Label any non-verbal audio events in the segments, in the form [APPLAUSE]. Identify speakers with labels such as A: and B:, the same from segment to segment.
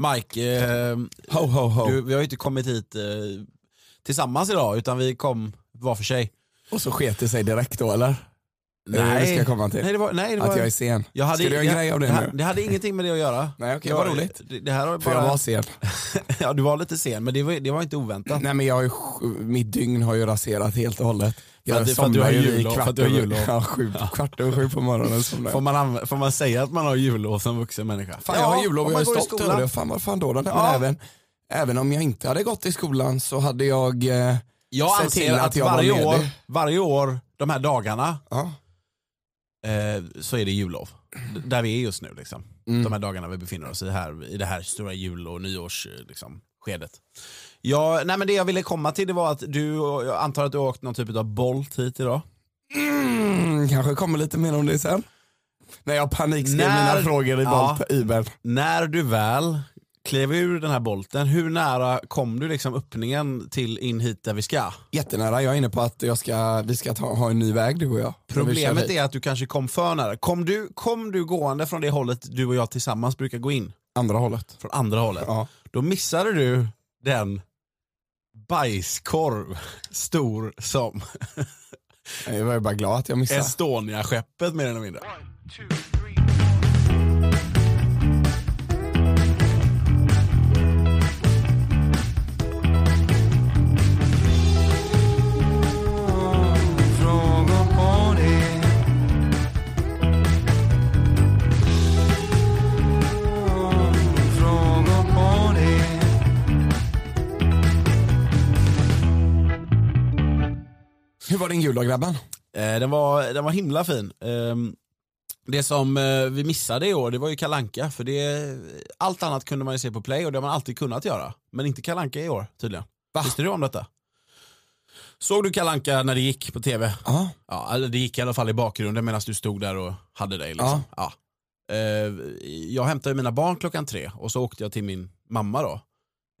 A: Mike, eh,
B: Ho, ho, ho.
A: du, vi har ju inte kommit hit eh, tillsammans idag utan vi kom var för sig.
B: Och så sket det sig direkt då eller? Är det det vi ska komma till?
A: Nej, det var, nej, det var,
B: Att jag är sen.
A: jag hade,
B: ska du göra en
A: jag-
B: grej av det,
A: här,
B: nu?
A: Det hade ingenting med det att göra.
B: Nej, okej,
A: Jag-
B: vad roligt.
A: Det, det här har
B: För jag
A: bara,
B: var sen.
A: [LAUGHS] ja, du var lite sen men det var, det var inte oväntat.
B: Nej men jag har ju, sj- mitt dygn har ju raserat helt och hållet. Jag
A: att- för att
B: somnar
A: du har
B: ju vid
A: jullov,
B: kvart
A: för att du har
B: över- [LAUGHS]
A: jullov.
B: Ja, sju, kvart över sju
A: [LAUGHS]
B: på morgonen somnar
A: Får
B: jag.
A: man, anv- får man säga att man har jullov som vuxen människa?
B: Fan
A: Ja,
B: jag har jullov
A: om
B: och jag
A: man
B: är
A: går i
B: stolt
A: skolan.
B: över det. Fan vad fan då den där. Men
A: Ja.
B: även, även om jag inte hade gått i skolan så hade jag, eh,
A: Jag
B: Se
A: anser
B: till
A: att,
B: att jag var
A: varje,
B: ledig.
A: år, varje år, de här dagarna,
B: ja,
A: eh, så är det jullov. D- Där vi är just nu. Liksom.
B: Mm.
A: De här dagarna vi befinner oss i, här, i det här stora jul och nyårsskedet. Liksom, skedet. ja, nej, men det jag ville komma till det var att du, och jag antar att du har åkt någon typ av Bolt hit idag.
B: mm, kanske kommer lite mer om det sen. När jag panikskrev
A: När-
B: mina frågor i
A: Ja.
B: Bolt, Uber.
A: När du väl klev ur den här Bolten, hur nära kom du liksom öppningen till in hit där vi ska?
B: Jättenära, jag är inne på att jag ska, vi ska ta, ha en ny väg du och jag.
A: Problemet är att du kanske kom för nära. Kom du, kom du gående från det hållet du och jag tillsammans brukar gå in?
B: andra hållet.
A: Från andra hållet?
B: Ja.
A: Då missade du den bajskorv [LAUGHS] stor som
B: Jag var ju bara glad att jag missade.
A: Estonia-skeppet mer eller mindre.
B: Hur var din jul då grabben?
A: Eh, den, var, den var himla fin. Ehm, det som eh, vi missade i år det var ju Kalanka för det, allt annat kunde man ju se på play och det har man alltid kunnat göra. Men inte Kalanka i år tydligen.
B: Va?
A: Visste du om detta? Såg du Kalanka när det gick på tv?
B: Ja.
A: Ja, eller det gick i alla fall i bakgrunden medan du stod där och hade dig. Liksom. Ja. Eh, jag hämtade mina barn klockan tre och så åkte jag till min mamma då.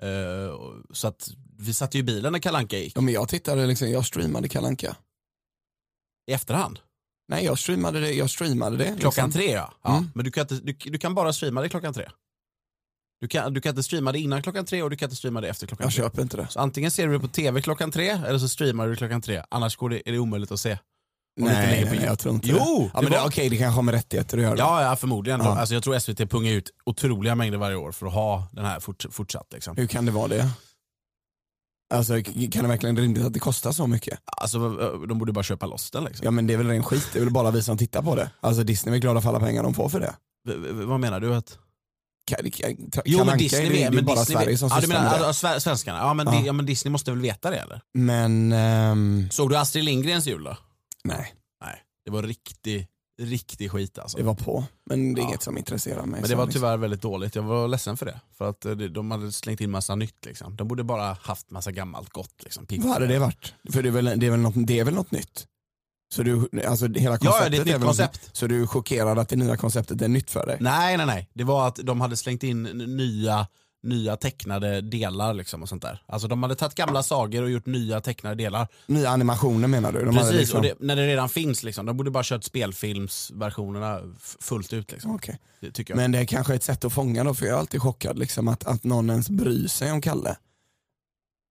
A: Eh, och- så att vi satt ju i bilen när Kalanka gick
B: ja men jag tittade liksom, jag streamade Kalle Anka.
A: i efterhand.
B: Nej jag streamade det, jag streamade det.
A: Klockan
B: liksom.
A: tre ja. ja.
B: Mm.
A: Men du kan, inte, du, du kan bara streama det klockan tre. Du kan, du kan inte streama det innan klockan tre och du kan inte streama det efter klockan
B: Jag
A: tre.
B: köper inte det.
A: Så antingen ser du det på tv klockan tre eller så streamar du det klockan tre. Annars går det, är det omöjligt att se. Om det inte ligger på
B: nej,
A: jul.
B: jag tror inte
A: Jo,
B: det. Ja,
A: det
B: men det,
A: var-
B: Okej det kanske har med rättigheter att göra.
A: Ja, ja förmodligen. Då.
B: Ja.
A: Alltså, jag tror SVT pungar ut otroliga mängder varje år för att ha den här fort, fortsatt. Liksom.
B: Hur kan det vara det? Alltså kan det verkligen rimligt att det kostar så mycket?
A: Alltså, de borde bara köpa loss den. Liksom.
B: Ja men det är väl ren skit, det är väl bara vi som tittar på det. Alltså Disney är väl glada för alla pengar de får för det.
A: V- v- vad menar du? Att...
B: Ka- ka- Ka-
A: Jo,
B: Kalle
A: men
B: Anka
A: Disney
B: är det, det är ju
A: men
B: bara
A: Disney
B: Sverige som
A: ja, du
B: sysslar
A: menar,
B: med det.
A: alltså, sve- svenskarna? Ja men,
B: Ja.
A: Di- ja, men Disney måste väl veta det eller?
B: Men, ehm,
A: Såg du Astrid Lindgrens jul då?
B: nej
A: Nej, det var riktig, riktig skit alltså.
B: det var på. Men det är
A: Ja.
B: inget som intresserar mig.
A: Men det
B: så
A: var
B: liksom.
A: tyvärr väldigt dåligt. Jag var ledsen för det. För att eh, det- de hade slängt in massa nytt liksom. De borde bara haft massa gammalt gott liksom. Piff.
B: Vad hade det varit? För det är väl, det är väl, något, det är väl något nytt? Så du, alltså hela konceptet
A: Ja, ja, det är ett nytt
B: väl
A: koncept.
B: Något, så du är chockerad att det nya konceptet är nytt för dig?
A: Nej, nej, nej. Det var att de hade slängt in n- nya, nya tecknade delar liksom och sånt där. Alltså de hade tagit gamla sagor och gjort nya tecknade delar.
B: Nya animationer menar du? De hade
A: Precis,
B: liksom-
A: och det, när det redan finns liksom. De borde bara kört spelfilmsversionerna f- fullt ut liksom.
B: Okej.
A: Det tycker jag.
B: Mm. Men det är kanske ett sätt att fånga då, för jag är alltid chockad liksom, att, att någon ens bryr sig om Kalle.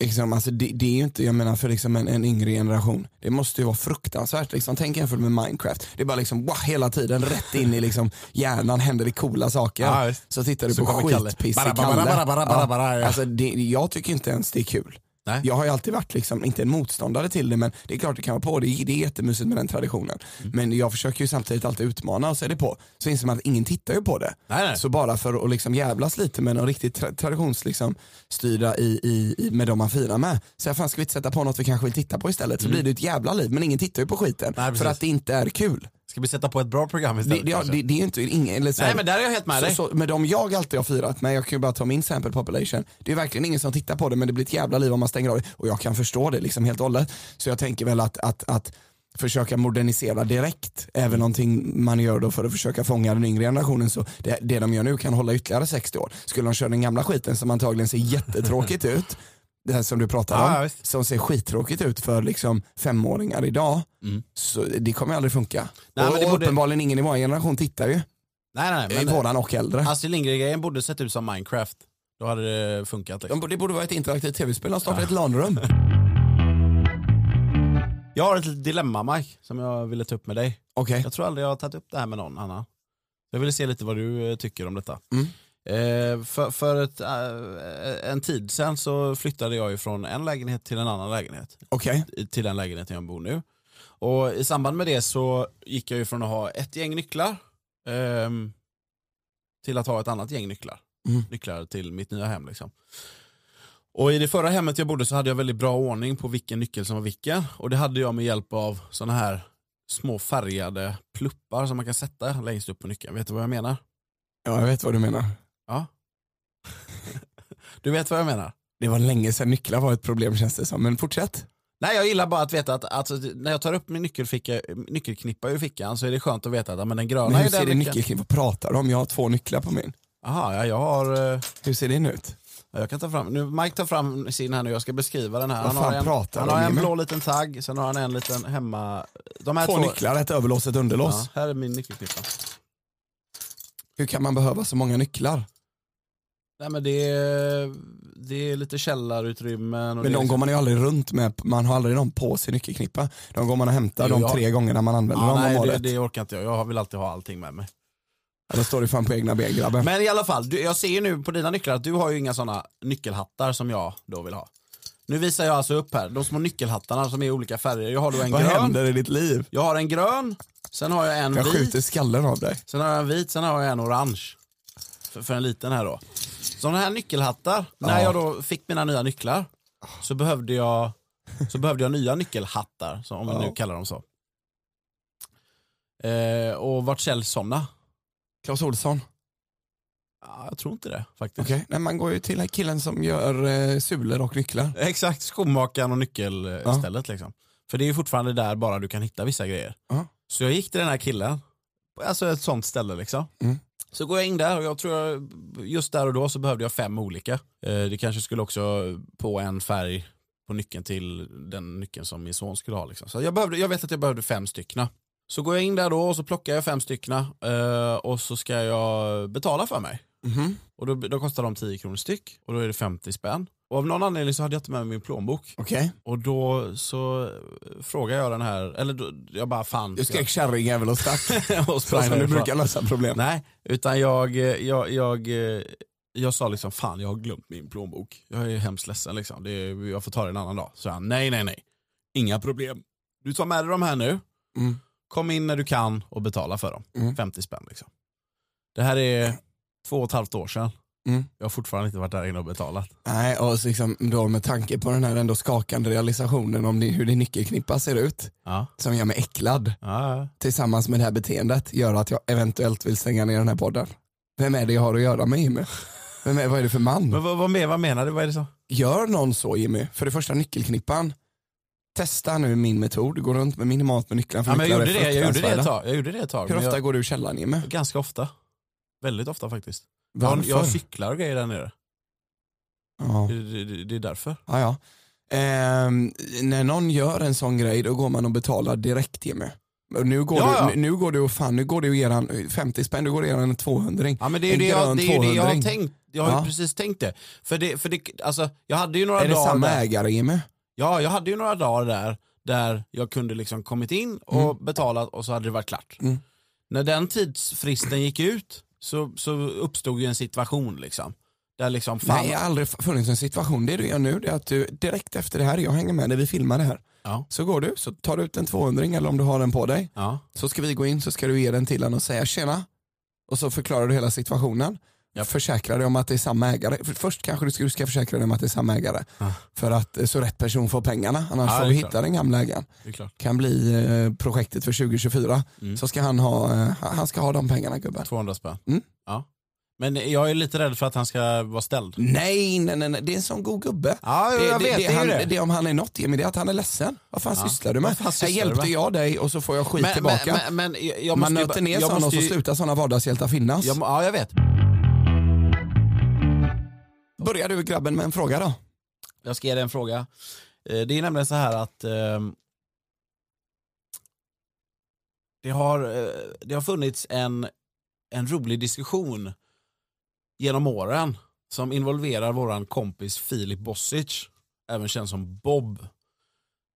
B: Liksom, alltså, det, det är ju inte, jag menar för liksom en, en yngre generation, det måste ju vara fruktansvärt. Liksom. Tänk jämfört med Minecraft, det är bara liksom, wow, hela tiden rätt in i liksom, hjärnan händer det coola saker.
A: Ja, visst.
B: så tittar du
A: Så
B: på
A: kommer Kalle.
B: skitpissig
A: Bara,
B: Kalle.
A: bara, bara, bara, bara,
B: Ja.
A: bara, ja.
B: Alltså, det, jag tycker inte ens det är kul.
A: Nej.
B: Jag har ju alltid varit, liksom, inte en motståndare till det, men det är klart det kan vara på. Det är, det är jättemysigt med den traditionen.
A: Mm.
B: Men jag försöker ju samtidigt alltid utmana och så är det på. Så inser man att ingen tittar ju på det.
A: Nej, nej.
B: Så bara för att liksom jävlas lite med någon riktigt tra- traditionsstyrda liksom, i, i, i, med de man firar med. Så här, fan ska vi inte sätta på något vi kanske vill titta på istället? Så blir det ett jävla liv, men ingen tittar ju på skiten.
A: Mm. Nej, precis.
B: för att det inte är kul.
A: Ska vi sätta på ett bra program
B: Det,
A: istället?
B: det, ja,
A: kanske?
B: det, det är ju inte, ingen, eller så här,
A: nej, men där är jag helt med dig.
B: så, så, med de jag alltid har firat med, jag kan ju bara ta min sample population, det är verkligen ingen som tittar på det men det blir ett jävla liv om man stänger av det och jag kan förstå det liksom helt och hållet. Så jag tänker väl att, att, att försöka modernisera direkt är väl någonting man gör då för att försöka fånga den yngre generationen så det, det de gör nu kan hålla ytterligare 60 år. Skulle de köra den gamla skiten som antagligen
A: [LAUGHS]
B: ser jättetråkigt ut, det här som du pratar om,
A: Ja, ja, visst.
B: som ser skittråkigt ut för liksom femåringar idag, så det kommer aldrig funka.
A: Mm. Nej,
B: och
A: men det
B: och
A: borde-
B: uppenbarligen ingen i vår generation tittar ju,
A: nej, nej, nej,
B: i
A: men, eh,
B: våran och äldre.
A: Astrid Lindgren-grejen borde sett ut som Minecraft. Då hade det funkat. Liksom.
B: De, det borde vara ett interaktivt tv-spel, de startar ett LAN-rum.
A: Jag har ett dilemma Mike, som jag ville ta upp med dig.
B: [LAUGHS] Okej,
A: Jag tror aldrig jag har tagit upp det här med någon annan. Jag ville se lite vad du eh, tycker om detta.
B: Mm.
A: Eh, för för ett, eh, en tid sedan så flyttade jag ju från en lägenhet till en annan lägenhet.
B: okej.
A: Till den lägenheten jag bor nu. Och i samband med det så gick jag ju från att ha ett gäng nycklar ehm, till att ha ett annat gäng nycklar.
B: Mm.
A: Nycklar till mitt nya hem liksom. Och i det förra hemmet jag bodde så hade jag väldigt bra ordning på vilken nyckel som var vilken. Och det hade jag med hjälp av sådana här små färgade pluppar som man kan sätta längst upp på nyckeln. Vet du vad jag menar?
B: Ja, jag vet vad du menar.
A: Ja. du vet vad jag menar?
B: Det var länge sedan nycklar var ett problem känns det som, men fortsätt.
A: Nej jag gillar bara att veta att alltså, när jag tar upp min nyckelficka, nyckelknippa ur fickan så är det skönt att veta att ja, men den gröna
B: Men hur
A: är
B: ser
A: den
B: din nyckelkniv, vad pratar du om? Jag har två nycklar på min.
A: Jaha, ja, jag har... eh,
B: Hur ser din ut?
A: Ja, jag kan ta fram, nu, Mike tar fram sin här nu, jag ska beskriva den här.
B: Vad
A: har
B: fan
A: en,
B: pratar
A: han
B: de
A: har en
B: med?
A: blå liten tagg, sen har han en liten hemma... De här
B: Två nycklar, ett överlås, ett underlås.
A: Ja, här är min nyckelknippa.
B: Hur kan man behöva så många nycklar?
A: Nej men det är, det är lite källarutrymmen. Och
B: Men
A: det är
B: de går man ju aldrig runt med, man har aldrig någon på sin nyckelknippa. De går man och hämtar
A: Jo,
B: de
A: jag-
B: tre gångerna man använder
A: Ja,
B: dem om
A: nej, det,
B: året.
A: det orkar inte jag. Jag vill alltid ha allting med mig.
B: Ja, Då står du fan på egna ben grabben.
A: Men i alla fall, du, jag ser ju nu på dina nycklar att du har ju inga sådana nyckelhattar som jag då vill ha. Nu visar jag alltså upp här, de små nyckelhattarna som är i olika färger. Jag har då en
B: Vad
A: grön,
B: händer i ditt liv?
A: jag har en grön, sen har jag en
B: Jag
A: vit,
B: skjuter skallen av dig.
A: sen har jag en vit, sen har jag en orange. För, för en liten här då. Sådana här nyckelhattar, när jag då fick mina nya nycklar så behövde jag, så behövde jag nya nyckelhattar, så om vi nu
B: Ja.
A: kallar dem så. Eh, och vart säljs sådana?
B: Claes Olsson.
A: Ja, jag tror inte det faktiskt.
B: Okej, nej, man går ju till den här killen som gör eh, sulor och nycklar.
A: Exakt, skomakaren och
B: Ja.
A: nyckelstället. Liksom. För det är ju fortfarande där bara du kan hitta vissa grejer.
B: Ja.
A: Så jag gick till den här killen, på- alltså ett sånt ställe liksom.
B: Mm.
A: Så går jag in där och jag tror jag, just där och då så behövde jag fem olika. Eh, det kanske skulle också på en färg på nyckeln till den nyckeln som min son skulle ha. Liksom. Så jag, behövde, jag vet att jag behövde fem styckna. Så går jag in där då och så plockar jag fem styckna eh, och så ska jag betala för mig.
B: Mhm.
A: Och då, då kostar de 10 kronor styck och då är det 50 spänn. Och av någon anledning så hade jag inte med mig min plånbok.
B: Okej.
A: Och då så eh, frågade jag den här, eller då, jag bara fan.
B: Du skrek kärringjävel
A: [LAUGHS]
B: och stack.
A: och
B: Så
A: sprang
B: som du
A: därifrån.
B: brukar lösa problem.
A: Nej, utan jag, eh, jag, jag, eh, jag sa liksom fan jag har glömt min plånbok. Jag är hemskt ledsen liksom. Det, är- jag får ta det en annan dag. Så han nej nej nej, inga problem. Du tar med dig de här nu,
B: Mm.
A: kom in när du kan och betala för dem.
B: Mm.
A: 50 spänn liksom. Det här är två och ett halvt år sedan.
B: Mm.
A: Jag har fortfarande inte varit där inne och betalat.
B: Nej, och så liksom, då med tanke på den här ändå skakande realisationen om det, hur din nyckelknippa ser ut,
A: Ja.
B: som gör mig äcklad, tillsammans med det här beteendet, gör att jag eventuellt vill stänga ner den här podden. Vem är det jag har att göra med Jimmy? Vem är, vad är det för man?
A: Men vad, vad, med, vad menar du? Vad är det så?
B: Gör någon så Jimmy? För det första nyckelknippan, testa nu min metod, gå runt med minimalt med nycklarna. för
A: Ja, men jag,
B: nycklar
A: gjorde
B: är
A: det, jag gjorde det ett
B: fruktansvärda.
A: tag. Jag gjorde det ett tag
B: Hur
A: men
B: ofta
A: jag,
B: går du i källaren Jimmy?
A: ganska ofta. Väldigt ofta faktiskt. Jag,
B: Varför?
A: jag cyklar och grejer där nere.
B: Ja.
A: Det, det, det, det är därför.
B: Ja, ja. Ehm, när någon gör en sån grej då går man och betalar direkt Jimmy. Och Nu går,
A: Ja, ja.
B: Du, nu- nu går du och fan, nu går du och ger han 50 spänn, du går och ger han en 200
A: Ja, men det är ju
B: En
A: det jag,
B: grön
A: det är ju det jag har
B: 200-ring.
A: tänkt. Jag har ju
B: Ja.
A: precis tänkt det. För det, för det alltså, jag hade ju några
B: Är det
A: dagar
B: samma
A: där,
B: ägare Jimmy?
A: Ja, jag hade ju några dagar där, där jag kunde liksom kommit in och betalat och så hade det varit klart.
B: Mm.
A: När den tidsfristen gick ut så, så uppstod ju en situation liksom. Där liksom, fan,
B: Nej, jag har aldrig funnits en situation. Det du gör nu det är att du direkt efter det här, jag hänger med när vi filmar det här.
A: Ja.
B: Så går du, så tar du ut en 200 eller om du har den på dig.
A: ja.
B: Så ska vi gå in, så ska du ge den till honom och säga tjena. Och så förklarar du hela situationen.
A: Japp.
B: Försäkra dig om att det är samma ägare. För- Först kanske du ska, du ska försäkra dig om att det är samma ägare.
A: Ja.
B: För att eh, så rätt person får pengarna. Annars
A: Ja,
B: får
A: det är
B: vi
A: klart.
B: hitta den gamla ägaren.
A: Det är klart.
B: Kan bli eh, projektet för 2024.
A: Mm.
B: Så ska han ha, eh, han ska ha de pengarna gubben.
A: 200 spänn.
B: Mm.
A: Ja. Men jag är lite rädd för att han ska vara ställd.
B: Nej, nej, nej, nej, det är en sån god gubbe.
A: Ja,
B: Det, det, det, han, det. om han är något Jimmy, det är att han är ledsen. Vad fan
A: Ja.
B: sysslar du med?
A: Vad fan sysslar
B: här
A: du
B: hjälpte
A: med?
B: jag dig och så får jag
A: Men,
B: skit
A: men,
B: tillbaka.
A: men, men jag- jag
B: Man
A: måste ju
B: nöter
A: bara-
B: ner
A: jag
B: sådana och
A: måste
B: så
A: ju-
B: slutar sådana vardagshjältar finnas.
A: jag må- Ja, jag vet.
B: Börjar du grabben med en fråga då?
A: Jag ska ge dig en fråga. Eh, Det är nämligen så här att ehm, det, har, eh, det har funnits en, en rolig diskussion genom åren som involverar våran kompis Filip Bossic, även känd som Bob.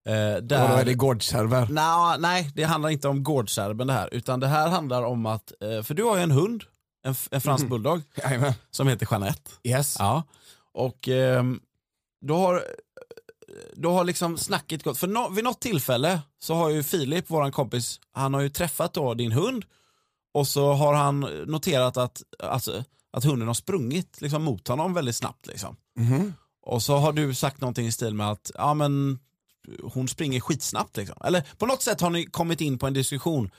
A: Eh,
B: Och då
A: där...
B: är det gårdsserver.
A: Nå, nej, det handlar inte om gårdserben det här, utan det här handlar om att, eh, för du har ju en hund, en, f- en fransk bulldog,
B: Jajamän.
A: som heter Jeanette.
B: Yes.
A: Ja. Och ehm, då har, då har liksom snacket gått, för nå- vid något tillfälle så har ju Filip, våran kompis, han har ju träffat då din hund och så har han noterat att, alltså, att hunden har sprungit liksom, mot honom väldigt snabbt. Liksom.
B: Mhm.
A: Och så har du sagt någonting i stil med att ja, men, hon springer skitsnabbt. Liksom. Eller på något sätt har ni kommit in på en diskussion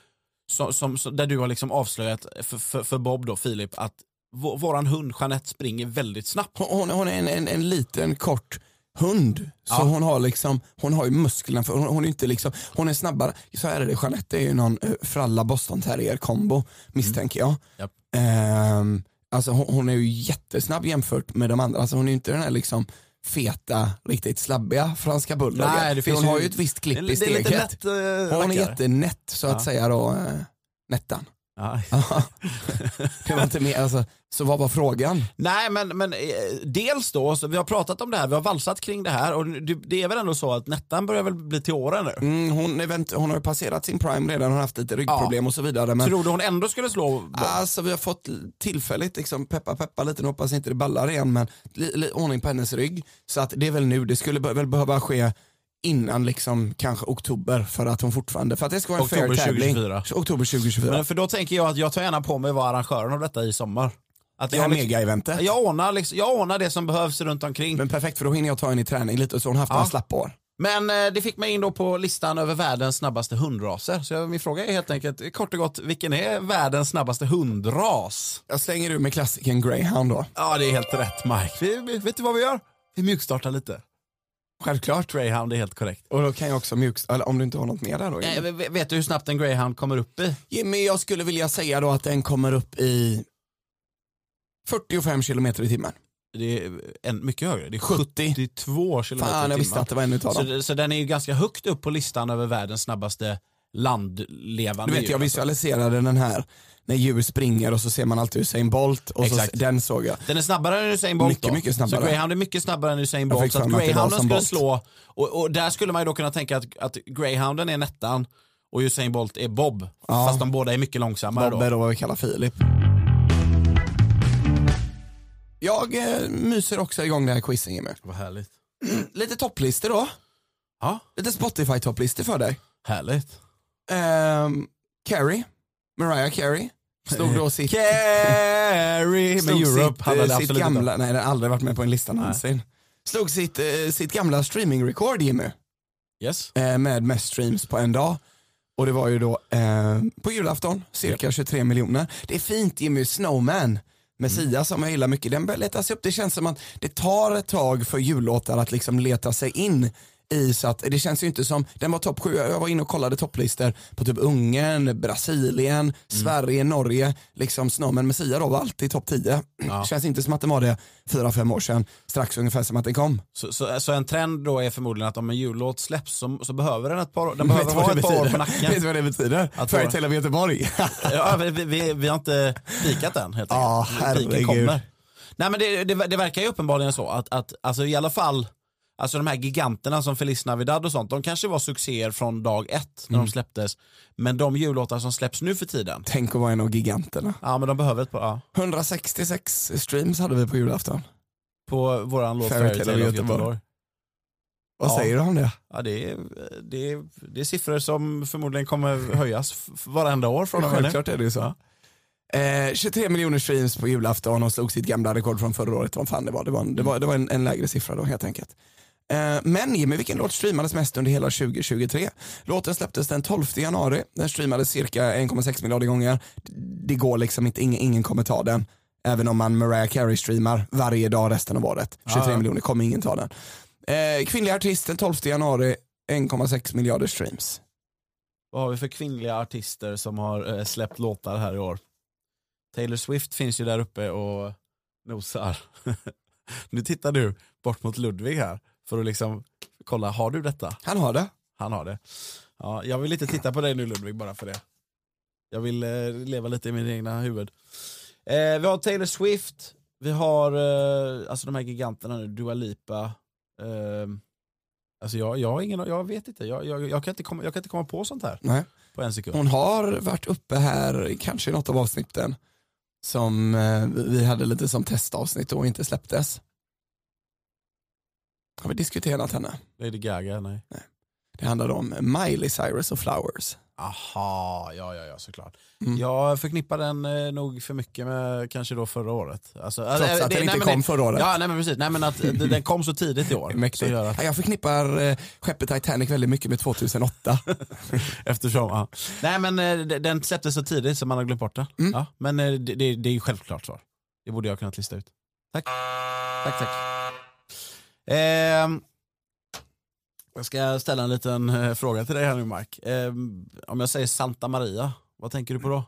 A: som, som, som, där du har liksom avslöjat för, för, för Bob, då, Filip, att vå- våran hund Jeanette springer väldigt snabbt.
B: Hon, hon- hon är en, en, en liten kort hund. Så hon har liksom, hon har ju musklerna för hon, hon är inte liksom, hon är snabbare. Så här är det, Jeanette är ju någon eh, fralla boston terrier kombo misstänker jag.
A: Mm. Japp.
B: Ehm, alltså hon, hon är ju jättesnabb jämfört med de andra. Alltså hon är ju inte den här liksom feta, riktigt slabbiga franska bulldoggen.
A: Nej, det
B: För
A: finns
B: hon
A: ju-
B: har ju ett visst
A: Det är
B: klipp i
A: det är
B: steget.
A: lite nätt eh,
B: hon är
A: rackare.
B: jättenätt så att
A: Ja.
B: säga då, eh, Nettan.
A: Ja.
B: [LAUGHS] det var inte mer, alltså, så vad var frågan?
A: Nej men, men eh, dels då, så vi har pratat om det här, vi har valsat kring det här och det, det är väl ändå så att Nettan börjar väl bli till åren nu.
B: Mm, hon, event, hon har ju passerat sin prime redan, hon har haft lite ryggproblem och så vidare. Men
A: Tror du hon ändå skulle slå Bob?
B: alltså, vi har fått tillfälligt liksom, peppa peppa lite, nu hoppas inte det ballar igen, men li, li, ordning på hennes rygg. Så att det är väl nu, det skulle be, väl behöva ske innan liksom, kanske oktober för att hon fortfarande, för att det ska vara en
A: Oktober
B: fair tävling.
A: 2024.
B: Oktober 2024.
A: Men för då tänker jag att jag tar gärna på mig att vara arrangören av detta i sommar. Att
B: det här
A: jag, liksom,
B: mega-eventet.
A: jag, ordnar liksom, jag ordnar det som behövs runt omkring.
B: Men perfekt för då hinner jag ta henne i träning lite och så har hon haft
A: Ja.
B: några slappa år.
A: Men eh, det fick mig in då på listan över världens snabbaste hundraser. Så jag, min fråga är helt enkelt, kort och gott, vilken är världens snabbaste hundras?
B: Jag slänger ur med klassiken greyhound då.
A: Ja, det är helt rätt Mike. Vi, vi, vet du vad vi gör? Vi mjukstartar lite.
B: Självklart.
A: Greyhound är helt korrekt.
B: Och då kan jag också mjuks... Eller om du inte har något mer där då?
A: Eh, v- vet du hur snabbt en greyhound kommer upp i?
B: Jimmy, jag skulle vilja säga då att den kommer upp i 45 kilometer i timmen.
A: Det är eh, en, mycket högre, det är
B: 70.
A: 72 kilometer i
B: Fan, jag
A: timmen.
B: visste att det var en utav
A: Så,
B: dem.
A: det- så den är ju ganska högt upp på listan över världens snabbaste landlevande
B: Du vet,
A: djur,
B: jag
A: alltså.
B: visualiserade den här när djur springer och så ser man alltid Usain Bolt och så,
A: Exakt.
B: den såg jag.
A: Den är snabbare än Usain Bolt
B: Mycket,
A: då.
B: mycket snabbare.
A: Så greyhound är mycket snabbare än Usain
B: Jag
A: Bolt.
B: fick
A: Så att
B: för mig att det var
A: greyhounden
B: som
A: skulle
B: Bolt.
A: slå, och, och där skulle man ju då kunna tänka att, att greyhounden är Nettan och Usain Bolt är Bob.
B: Ja.
A: Fast de båda är mycket långsammare
B: Bobbe
A: då.
B: då, vad vi kallar Filip. Jag eh, myser också igång det här quizen Jimmy.
A: Vad härligt.
B: Lite topplistor då.
A: Ja,
B: Lite Spotify-topplistor för dig.
A: härligt.
B: Ehm, Carrie, Mariah Carey, stod då sitt...
A: Carrie med
B: Slog
A: Europe
B: sitt,
A: handlar det
B: eh,
A: absolut
B: sitt
A: inte
B: gamla,
A: om.
B: Nej, den har aldrig varit med på en lista någonsin. Slog sitt, eh, sitt gamla streaming-rekord Jimmy,
A: Yes.
B: eh, med mest streams på en dag. Och det var ju då eh, på julafton, cirka 23 miljoner. Det är fint Jimmy, Snowman med Sia som jag gillar mycket, den börjar leta sig upp. Det känns som att det tar ett tag för jullåtar att liksom leta sig in i så att det känns ju inte som, den var topp 7, jag var inne och kollade topplistor på typ Ungern, Brasilien, Sverige, Norge, liksom Snowman med Sia då var alltid topp 10. Känns inte som att den var det 4-5 år sedan, strax ungefär som att den kom.
A: Så, så, så en trend då är förmodligen att om en jullåt släpps så, så behöver den ett par år. Den
B: Vet
A: behöver
B: du
A: ha ett
B: vad det
A: par år på
B: betyder? Vet [LAUGHS]
A: nacken.
B: du vad det betyder?
A: Att
B: Fairy
A: vara-
B: Tale of Göteborg.
A: Ja, vi, vi- vi, vi har inte pikat än helt
B: Ja, [LAUGHS]
A: Piken
B: herregud.
A: Nej men det, det, det verkar ju uppenbarligen så att, att alltså i alla fall Alltså de här giganterna som Feliz Navidad och sånt, de kanske var succéer från dag ett när de släpptes. Men de jullåtar som släpps nu för tiden,
B: Tänk att vara en av giganterna.
A: ja men de behöver ett par, ja,
B: 166 streams hade vi på julafton.
A: på våran låt
B: Fairy
A: Fairy
B: Tale
A: Tale
B: of
A: of Göteborg.
B: Göteborg. Vad
A: Ja.
B: säger du om det?
A: Ja, det, är, det, är, det är siffror som förmodligen kommer höjas f- f- varenda år från och med nu.
B: Självklart är det ju så. Eh, 23 miljoner streams på julafton och slog sitt gamla rekord från förra året. Vad fan det var. Det var en, det var, det var en, en lägre siffra då helt enkelt. Eh, men Jimmy, vilken låt streamades mest under hela 2023? Låten släpptes den 12 januari. Den streamades cirka 1,6 miljarder gånger. Det går liksom inte, ingen, ingen kommer ta den. Även om man Mariah Carey streamar varje dag resten av året. 23
A: Ja, ja.
B: miljoner kommer ingen ta den. Eh, kvinnliga artisten 12 januari, 1,6 miljarder streams.
A: Vad har vi för kvinnliga artister som har eh, släppt låtar här i år? Taylor Swift finns ju där uppe och nosar. [LAUGHS] nu tittar du bort mot Ludvig här för att liksom kolla, har du detta?
B: Han har det.
A: Han har det. Ja, jag vill inte titta på dig nu Ludvig bara för det. Jag vill eh, leva lite i min egna huvud. Eh, vi har Taylor Swift, Vi har eh, alltså de här giganterna nu, Dua Lipa. Eh, alltså jag, jag, har ingen, jag vet inte, jag, jag, jag, kan inte komma, jag kan inte komma på sånt här
B: Nej.
A: på en sekund.
B: Hon har varit uppe här, kanske i något av avsnitten, som eh, vi hade lite som testavsnitt och inte släpptes. Har vi diskuterat henne?
A: Lady Gaga, nej.
B: Det handlade om Miley Cyrus och Flowers.
A: Aha, ja ja ja såklart.
B: Mm.
A: Jag förknippar den eh, nog för mycket med kanske då förra året. Alltså,
B: Trots att den inte kom förra året.
A: Ja nej men precis, nej men att det- den kom så tidigt i år.
B: [LAUGHS] Mäktigt.
A: Så gör att,
B: Ja, Jag förknippar eh, skeppet Titanic väldigt mycket
A: [LAUGHS]
B: med 2008.
A: eftersom, ja. Nej men eh, de- den släpptes så tidigt så man har glömt bort det.
B: Mm.
A: Ja, men eh, det, det, det är ju självklart svar. Det borde jag ha kunnat lista ut. Tack. Tack tack. Ehm, jag ska ställa en liten eh, fråga till dig här nu Mark. Ehm, om jag säger Santa Maria, vad tänker du på då?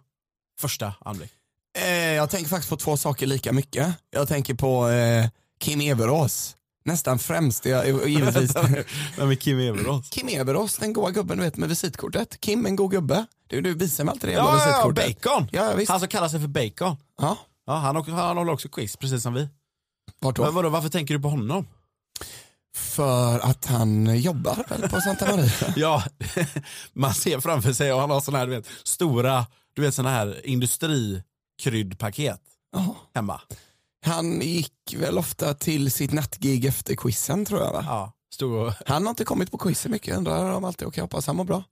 A: Första [LAUGHS] anblick.
B: Eh, jag tänker faktiskt på två saker lika mycket. Jag tänker på eh, Kim Everås. Nästan främst, jag,
A: [LAUGHS]
B: och givetvis.
A: Vem är Kim Everås?
B: Kim Everås, den goa gubben du vet med visitkortet. Kim, en god gubbe. Du, du visar mig alltid det jävla
A: Ja, ja, ja,
B: visitkortet.
A: Bacon!
B: Ja, ja, visst.
A: Han som kallar sig för Bacon.
B: Ja,
A: Ja, han, åker, han håller också quiz, precis som vi.
B: vart då?
A: Men vadå, varför tänker du på honom?
B: För att han jobbar väl på Santa Maria. [LAUGHS]
A: Ja, [LAUGHS] man ser framför sig och han har sådana här du vet, stora du vet, såna här industrikryddpaket
B: Ja.
A: hemma.
B: Han gick väl ofta till sitt nattgig efter quizen tror jag va?
A: Ja, stod och,
B: Han har inte kommit på quiz så mycket, undrar om allt är okej, hoppas han mår bra.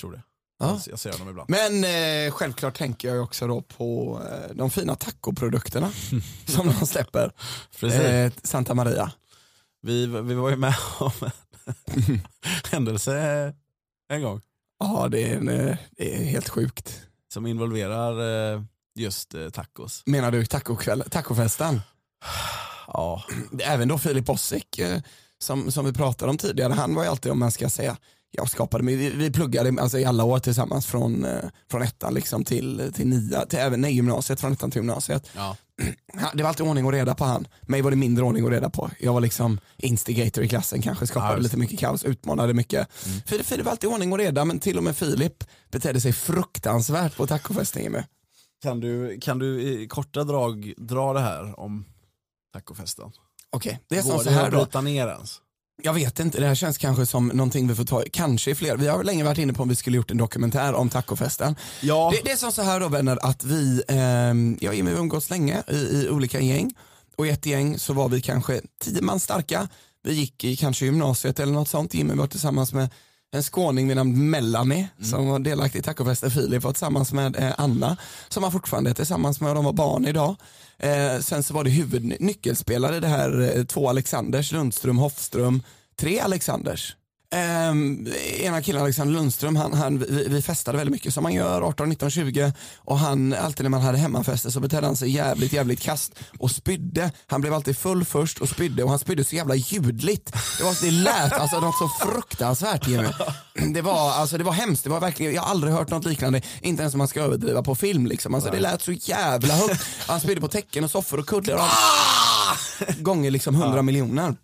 A: tror det.
B: Ja.
A: Jag ser honom ibland.
B: Men eh, självklart tänker jag ju också då på eh, de fina
A: [LAUGHS]
B: tacoprodukterna som de släpper.
A: Precis.
B: Eh, Santa Maria.
A: Vi, vi var ju med [LAUGHS] om
B: [LAUGHS]
A: en händelse en gång
B: Ja, det är, en, eh, det är helt sjukt.
A: som involverar eh, just eh, tacos.
B: Menar du tacokväll, tacofesten?
A: Ja,
B: Även då Filip Ossick eh, som, som vi pratade om tidigare, han var ju alltid om man ska säga jag skapade, mig- vi, vi pluggade alltså, i alla år tillsammans från, eh, från ettan liksom till, till nia, till även nej, gymnasiet, från ettan till gymnasiet.
A: ja.
B: Ja, Det var alltid ordning och reda på han. Mig var det mindre ordning och reda på. Jag var liksom instigator i klassen kanske, skapade
A: Ja, just Mm.
B: lite mycket kaos, utmanade mycket. Filip, Filip var alltid ordning och reda men till och med Filip betedde sig fruktansvärt på tacofesten med.
A: Kan du, kan du i korta drag dra det här om tacofesten?
B: Okej, det är som
A: Går
B: så
A: det
B: här
A: att
B: då.
A: bryta ner ens?
B: Jag vet inte, det här känns kanske som någonting vi får ta, kanske i fler. Vi har länge varit inne på om vi skulle gjort en dokumentär om tacofesten.
A: Ja,
B: Det, det är som så här då vänner att vi, ehm, jag och Jimmy har umgåtts länge i, i olika gäng och i ett gäng så var vi kanske tio man starka. Vi gick i kanske gymnasiet eller något sånt. Jimmy var tillsammans med en skåning vid namn Melanie som var delaktig i tacofesten. Filip var tillsammans med eh, Anna som han fortfarande är tillsammans med och de var barn idag. Eh, sen så var det huvudnyckelspelare i det här eh, två Alexanders, Lundström, Hofström, tre Alexanders. Ehm, ena killen Alexander Lundström, han, han, vi, vi festade väldigt mycket som man gör 18, 19, 20 och han, alltid när man hade hemmafester så betedde han sig jävligt, jävligt kast och spydde. Han blev alltid full först och spydde och han spydde så jävla ljudligt. Det var så det lät, alltså något så fruktansvärt Jimmy. Det var, alltså, det var hemskt, det var verkligen, jag har aldrig hört något liknande, inte ens om man ska överdriva på film liksom. Alltså, det lät så jävla högt. Han spydde på täcken och soffor och kuddar och han- gånger liksom 100 miljoner.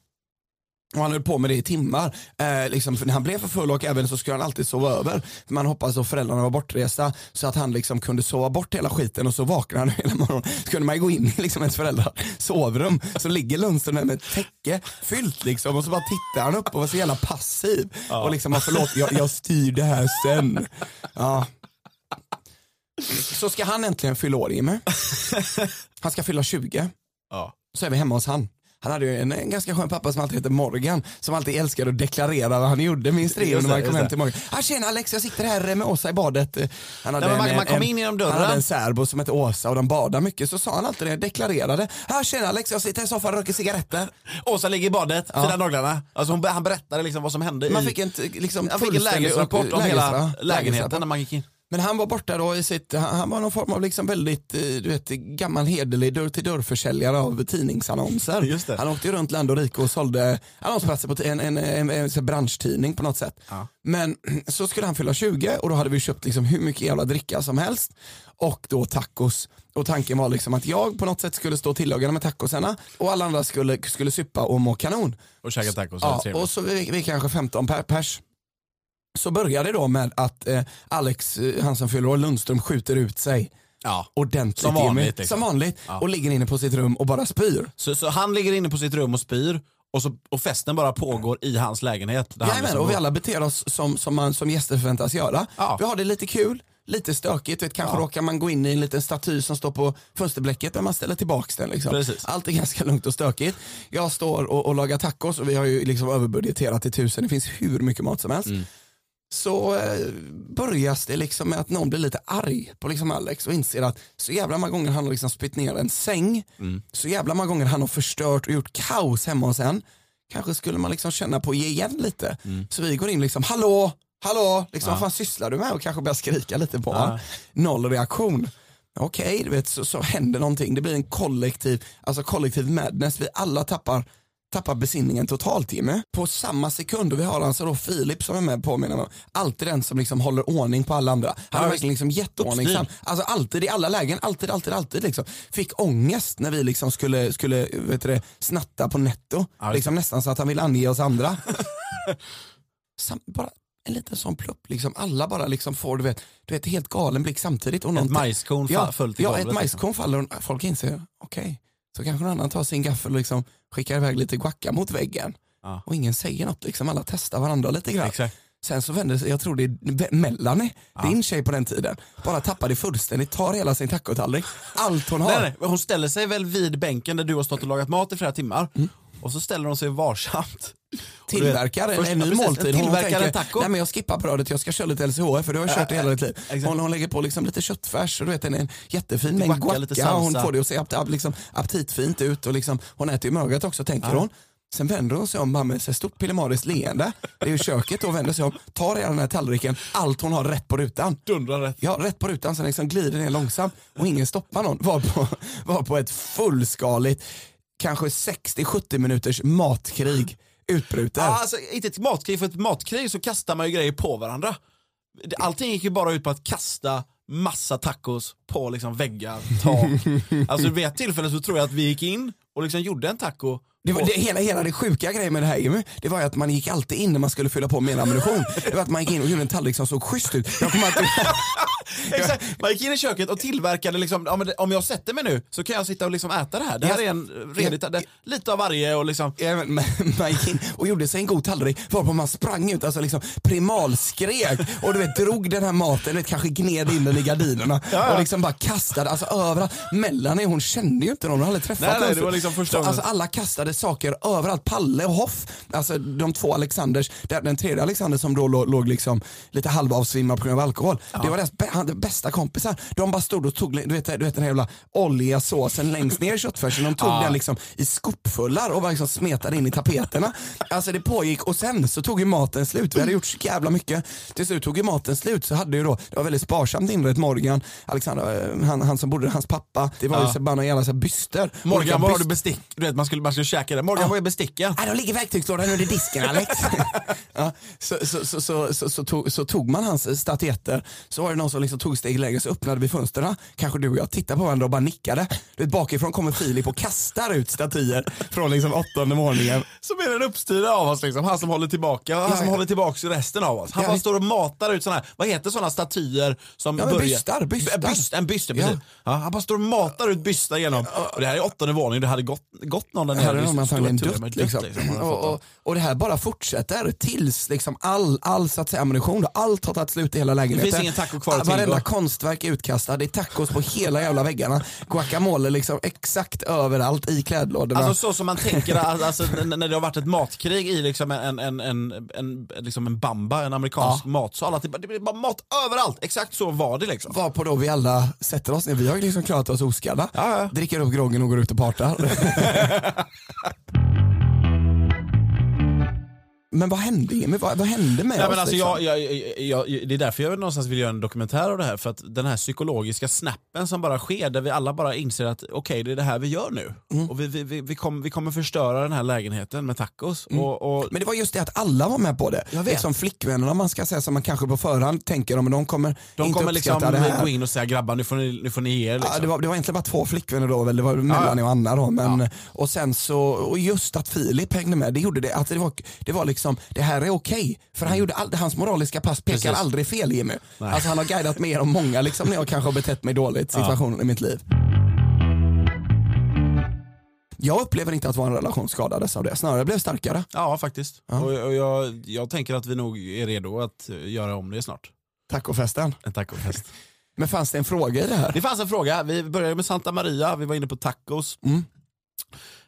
B: Och han höll på med det i timmar. Eh, liksom, för när han blev för full och även så skulle han alltid sova över. För Man hoppades att föräldrarna var bortresta så att han liksom kunde sova bort hela skiten och så vaknade han [LAUGHS] hela morgonen. Så kunde man ju gå in i liksom ens föräldrar sovrum så ligger Lundström där med ett täcke fyllt liksom och så bara tittar han upp och var så jävla passiv. Och liksom, "Ah, förlåt jag, jag styr det här sen. Ja. Så ska han äntligen fylla år Jimmy. Han ska fylla 20
A: ja.
B: så är vi hemma hos han. Han hade ju en, en ganska skön pappa som alltid hette Morgan, som alltid älskade att deklarera vad han gjorde. Minns du det?
A: Just
B: När
A: det,
B: man
A: just
B: kom hem
A: det.
B: till Morgan. Ah, tjena Alex, jag sitter här eh, med Åsa i badet. Eh, Han hade
A: Nej, men man-
B: en,
A: man kom
B: en,
A: in genom dörren.
B: Han hade en särbo som hette Åsa och de badade mycket. Så sa han alltid det, deklarerade. Ah, tjena Alex, jag sitter i soffan och röker cigaretter.
A: Åsa ligger i badet,
B: Ja.
A: filar naglarna. Alltså hon, han berättade liksom vad som hände
B: Man
A: i...
B: fick en, t- liksom,
A: han fick en
B: fullständig
A: lägesrapport
B: upp-
A: om hela
B: lägesra-
A: lägenheten när man gick in.
B: Men han var borta då i sitt, han han var någon form av liksom väldigt, eh, du vet, gammal hederlig dörr till dörr försäljare av tidningsannonser.
A: Just det.
B: Han åkte ju runt land och rike och sålde annonsplatser på t- en, en, en, en, en, sån här branschtidning på något sätt.
A: Ja.
B: Men [CLEARS THROAT] så skulle han fylla 20 och då hade vi köpt liksom hur mycket jävla dricka som helst och då tacos. Och tanken var liksom att jag på något sätt skulle stå och tillaga med tacosarna och alla andra skulle, skulle suppa och må kanon.
A: Och käka tacos,
B: Ja,
A: ja,
B: och så vi, vi kanske 15 per pers. Så började det då med att eh, Alex, eh, han som fyller år, Lundström skjuter ut sig
A: Ja.
B: ordentligt
A: Som
B: Jimmy.
A: vanligt, liksom.
B: Som vanligt.
A: Ja.
B: Och ligger inne på sitt rum och bara spyr.
A: Så, så han ligger inne på sitt rum och spyr och, så, och festen bara pågår i hans lägenhet. där han
B: Jajamän,
A: liksom-
B: och vi alla beter oss som, som, man, som gäster förväntas göra.
A: Ja.
B: Vi har det lite kul, lite stökigt, vet, kanske råkar man gå in i en liten staty som står på fönsterblecket men man ställer tillbaks den. Liksom.
A: Precis.
B: Allt är ganska lugnt och stökigt. Jag står och, och lagar tacos och vi har ju liksom överbudgeterat till tusen, det finns hur mycket mat som helst.
A: Mm.
B: Så eh, börjas det liksom med att någon blir lite arg på liksom Alex och inser att så jävla många gånger han har liksom spytt ner en säng, så jävla många gånger han har förstört och gjort kaos hemma hos en. Kanske skulle man liksom känna på att ge igen lite. Så vi går in liksom, hallå, hallå, liksom, vad fan sysslar du med? Och kanske börjar skrika lite på honom. Noll reaktion. Okej, du vet så, så händer någonting. Det blir en kollektiv, alltså kollektiv madness. Vi alla tappar tappar besinningen totalt Jimmy. På samma sekund och vi har alltså då Filip som är med på menar man, alltid den som liksom håller ordning på alla andra. Han är
A: Ja,
B: verkligen liksom jätteordningsam. Alltså alltid i alla lägen, alltid, alltid, alltid liksom. Fick ångest när vi liksom skulle, skulle vet du det, snatta på netto.
A: Ja,
B: liksom nästan så att han ville ange oss andra. [LAUGHS] Sam, bara en liten sån plupp liksom. Alla bara liksom får du vet, du vet helt galen blick samtidigt. Och någon
A: Ett majskorn fa-
B: ja,
A: fullt i
B: ja,
A: golvet.
B: ett
A: liksom.
B: majskorn faller och folk inser, okej, så kanske någon annan tar sin gaffel och liksom skickar iväg lite guacka mot väggen.
A: Ja.
B: Och ingen säger något, liksom alla testar varandra lite grann.
A: Exakt.
B: Sen så vänder sig, jag tror det är Ve- Melanie, din tjej på den tiden, bara tappar det fullständigt, tar hela sin tacotallrik, allt hon har.
A: Nej, nej, men hon ställer sig väl vid bänken där du har stått och lagat mat i flera timmar och så ställer hon sig varsamt. Och du vet,
B: Mm. Tillverkar en,
A: först-
B: en
A: ja,
B: ny
A: precis,
B: måltid. Hon
A: Tillverkar
B: tänker,
A: en taco.
B: Nej men jag skippar brödet, jag ska köra lite LCHF för du har jag kört det hela ditt liv.
A: exakt.
B: Hon, hon lägger på liksom lite köttfärs och du vet en, en jättefin mängd
A: guacca, lite
B: guacca. och Hon
A: salsa.
B: får det att se apt, apt, liksom, aptitfint ut och liksom, hon äter ju med ögat också tänker hon. Sen vänder hon sig om bara med ett stort pillemariskt leende. Det är ju köket och vänder sig om, tar hela den här tallriken, allt hon har rätt på rutan.
A: Dundrar rätt.
B: Ja, rätt på rutan, sen liksom glider ner långsamt och ingen stoppar någon. Var på, [LAUGHS] var på ett fullskaligt, kanske 60-70 minuters matkrig utbryter.
A: Ja, alltså, inte ett matkrig, för ett matkrig så kastar man ju grejer på varandra. Det- Allting gick ju bara ut på att kasta massa tacos på liksom väggar, tak.
B: [LAUGHS]
A: alltså vid ett tillfälle så tror jag att vi gick in och liksom gjorde en taco.
B: Det, var,
A: på-
B: det, hela, hela det sjuka grejen med det här Jimmy, det var ju att man gick alltid in när man skulle fylla på
A: [LAUGHS]
B: mer ammunition. Det var att man gick in och gjorde en tallrik som såg schysst ut. Jag kommer alltid,
A: [LAUGHS]
B: [LAUGHS]
A: Exakt. Man gick in i köket och tillverkade liksom, ja, men det- om jag sätter mig nu så kan jag sitta och liksom äta det här. Det här
B: Ja.
A: är en eh, redig, ta- det- lite av varje och liksom
B: även, man, man gick in och gjorde sig en god tallrik varpå man sprang ut, alltså liksom primalskrek och du vet drog den här maten, du vet, kanske gned in den
A: [LAUGHS]
B: i gardinerna och liksom bara kastade, alltså överallt. Melanie hon kände ju inte någon, hon hade aldrig träffat
A: Nej, nej,
B: någon.
A: det var liksom första
B: Så, Alltså
A: gången.
B: alla kastade saker överallt, Palle och Hoff, alltså de två Alexanders, den den tredje Alexander som då låg, låg liksom lite halvavsvimmad på grund av alkohol, det var deras bä- han- bästa kompisar. De bara stod och tog, du vet, du vet den här jävla oljiga såsen längst ner i köttfärsen, de tog den liksom i skopfullar och bara liksom smetade in i tapeterna. Alltså det pågick och sen så tog ju maten slut. Vi hade gjort så jävla mycket. Till slut tog ju maten slut så hade ju då, det var väldigt sparsamt inrett Morgan, Alexander, eh, han, han som bodde där, hans pappa, det var ju
A: Ja.
B: så bara jävla så här byster. Olika
A: Morgan, var har du
B: byst-
A: bestick? Du vet man skulle, man skulle käka det. Morgan,
B: Ja.
A: var är besticken?
B: Nej, de Äh, ligger i verktygslådan under disken Alex. [LAUGHS] ja, så, så, så, så, så, så, tog, så tog man hans statyetter, så var det någon som liksom tog steg längre, så öppnade vi fönstren, kanske du och jag tittade på varandra och bara nickade. Du vet, bakifrån kommer Filip och kastar ut statyer från liksom åttonde våningen.
A: Som är den uppstyrda av oss liksom. Han som håller tillbaka, han
B: Ja,
A: som
B: ja.
A: håller tillbaka resten av oss. Han
B: Ja,
A: bara
B: visst.
A: står och matar ut såna här, vad heter såna statyer som
B: Ja, men
A: börjar?
B: bystar, bystar.
A: B- Byst, en byst, ja, precis. Ja, han bara står och matar ut bystar genom. Och det här är åttonde våningen, det hade gått, gått någon där
B: Det hade
A: i
B: de
A: stora
B: antagligen
A: turer,
B: dött
A: men
B: liksom.
A: liksom. Han har fått
B: Och, och, och det här bara fortsätter tills liksom all, all så att säga, ammunition, då, allt har tagit slut i hela lägenheten.
A: Det finns ingen taco kvar att tillgå.
B: Varenda konstverk är utkastad, det är tacos på hela jävla väggarna. Guacamole liksom exakt överallt i klädlådorna.
A: Alltså så som man tänker att- alltså, n- när det har varit ett matkrig i liksom en, en, en, en, en, liksom en bamba, en amerikansk matsal. Att det, bara- det blir bara mat överallt. Exakt så var det liksom.
B: Varpå då vi alla sätter oss ner, vi har ju liksom klarat oss oskadda.
A: Ja, ja.
B: Dricker upp groggen och går ut
A: [LAUGHS]
B: och partar. Men vad hände Jimmy? Vad, vad hände med
A: Nej,
B: oss?
A: men alltså,
B: liksom?
A: jag, jag, jag, jag, det är därför jag någonstans vill göra en dokumentär av det här. För att den här psykologiska snappen som bara sker där vi alla bara inser att okej det är det här vi gör nu.
B: Mm.
A: Och vi, vi, vi, vi, kom, vi kommer förstöra den här lägenheten med tacos.
B: Mm.
A: Och, och,
B: Men det var just det att alla var med på det.
A: Jag vet.
B: Liksom flickvännerna man ska säga som man kanske på förhand tänker om de kommer
A: de
B: inte
A: kommer liksom
B: uppskatta det här.
A: gå in och säga grabbar nu får ni, nu får ni ge er. Liksom.
B: Ja, det, var, det var egentligen bara två flickvänner då, väl? det var Melanie och Anna då. Men, Och sen så, och just att Filip hängde med, alltså det gjorde det, att det var, det var liksom, det här är okej. För han gjorde all, hans moraliska pass pekar
A: Mm. Precis.
B: aldrig fel Jimmy. Alltså han har guidat mig genom många liksom, när jag kanske har betett mig dåligt situationer i mitt liv. Jag upplever inte att vår relation skadades av det, snarare blev starkare.
A: Ja, faktiskt. Och, och jag, jag tänker att vi nog är redo att eh, göra om det snart.
B: Tacofesten.
A: En tacofest.
B: Men fanns det en fråga i det här?
A: det fanns en fråga. Vi började med Santa Maria, vi var inne på tacos.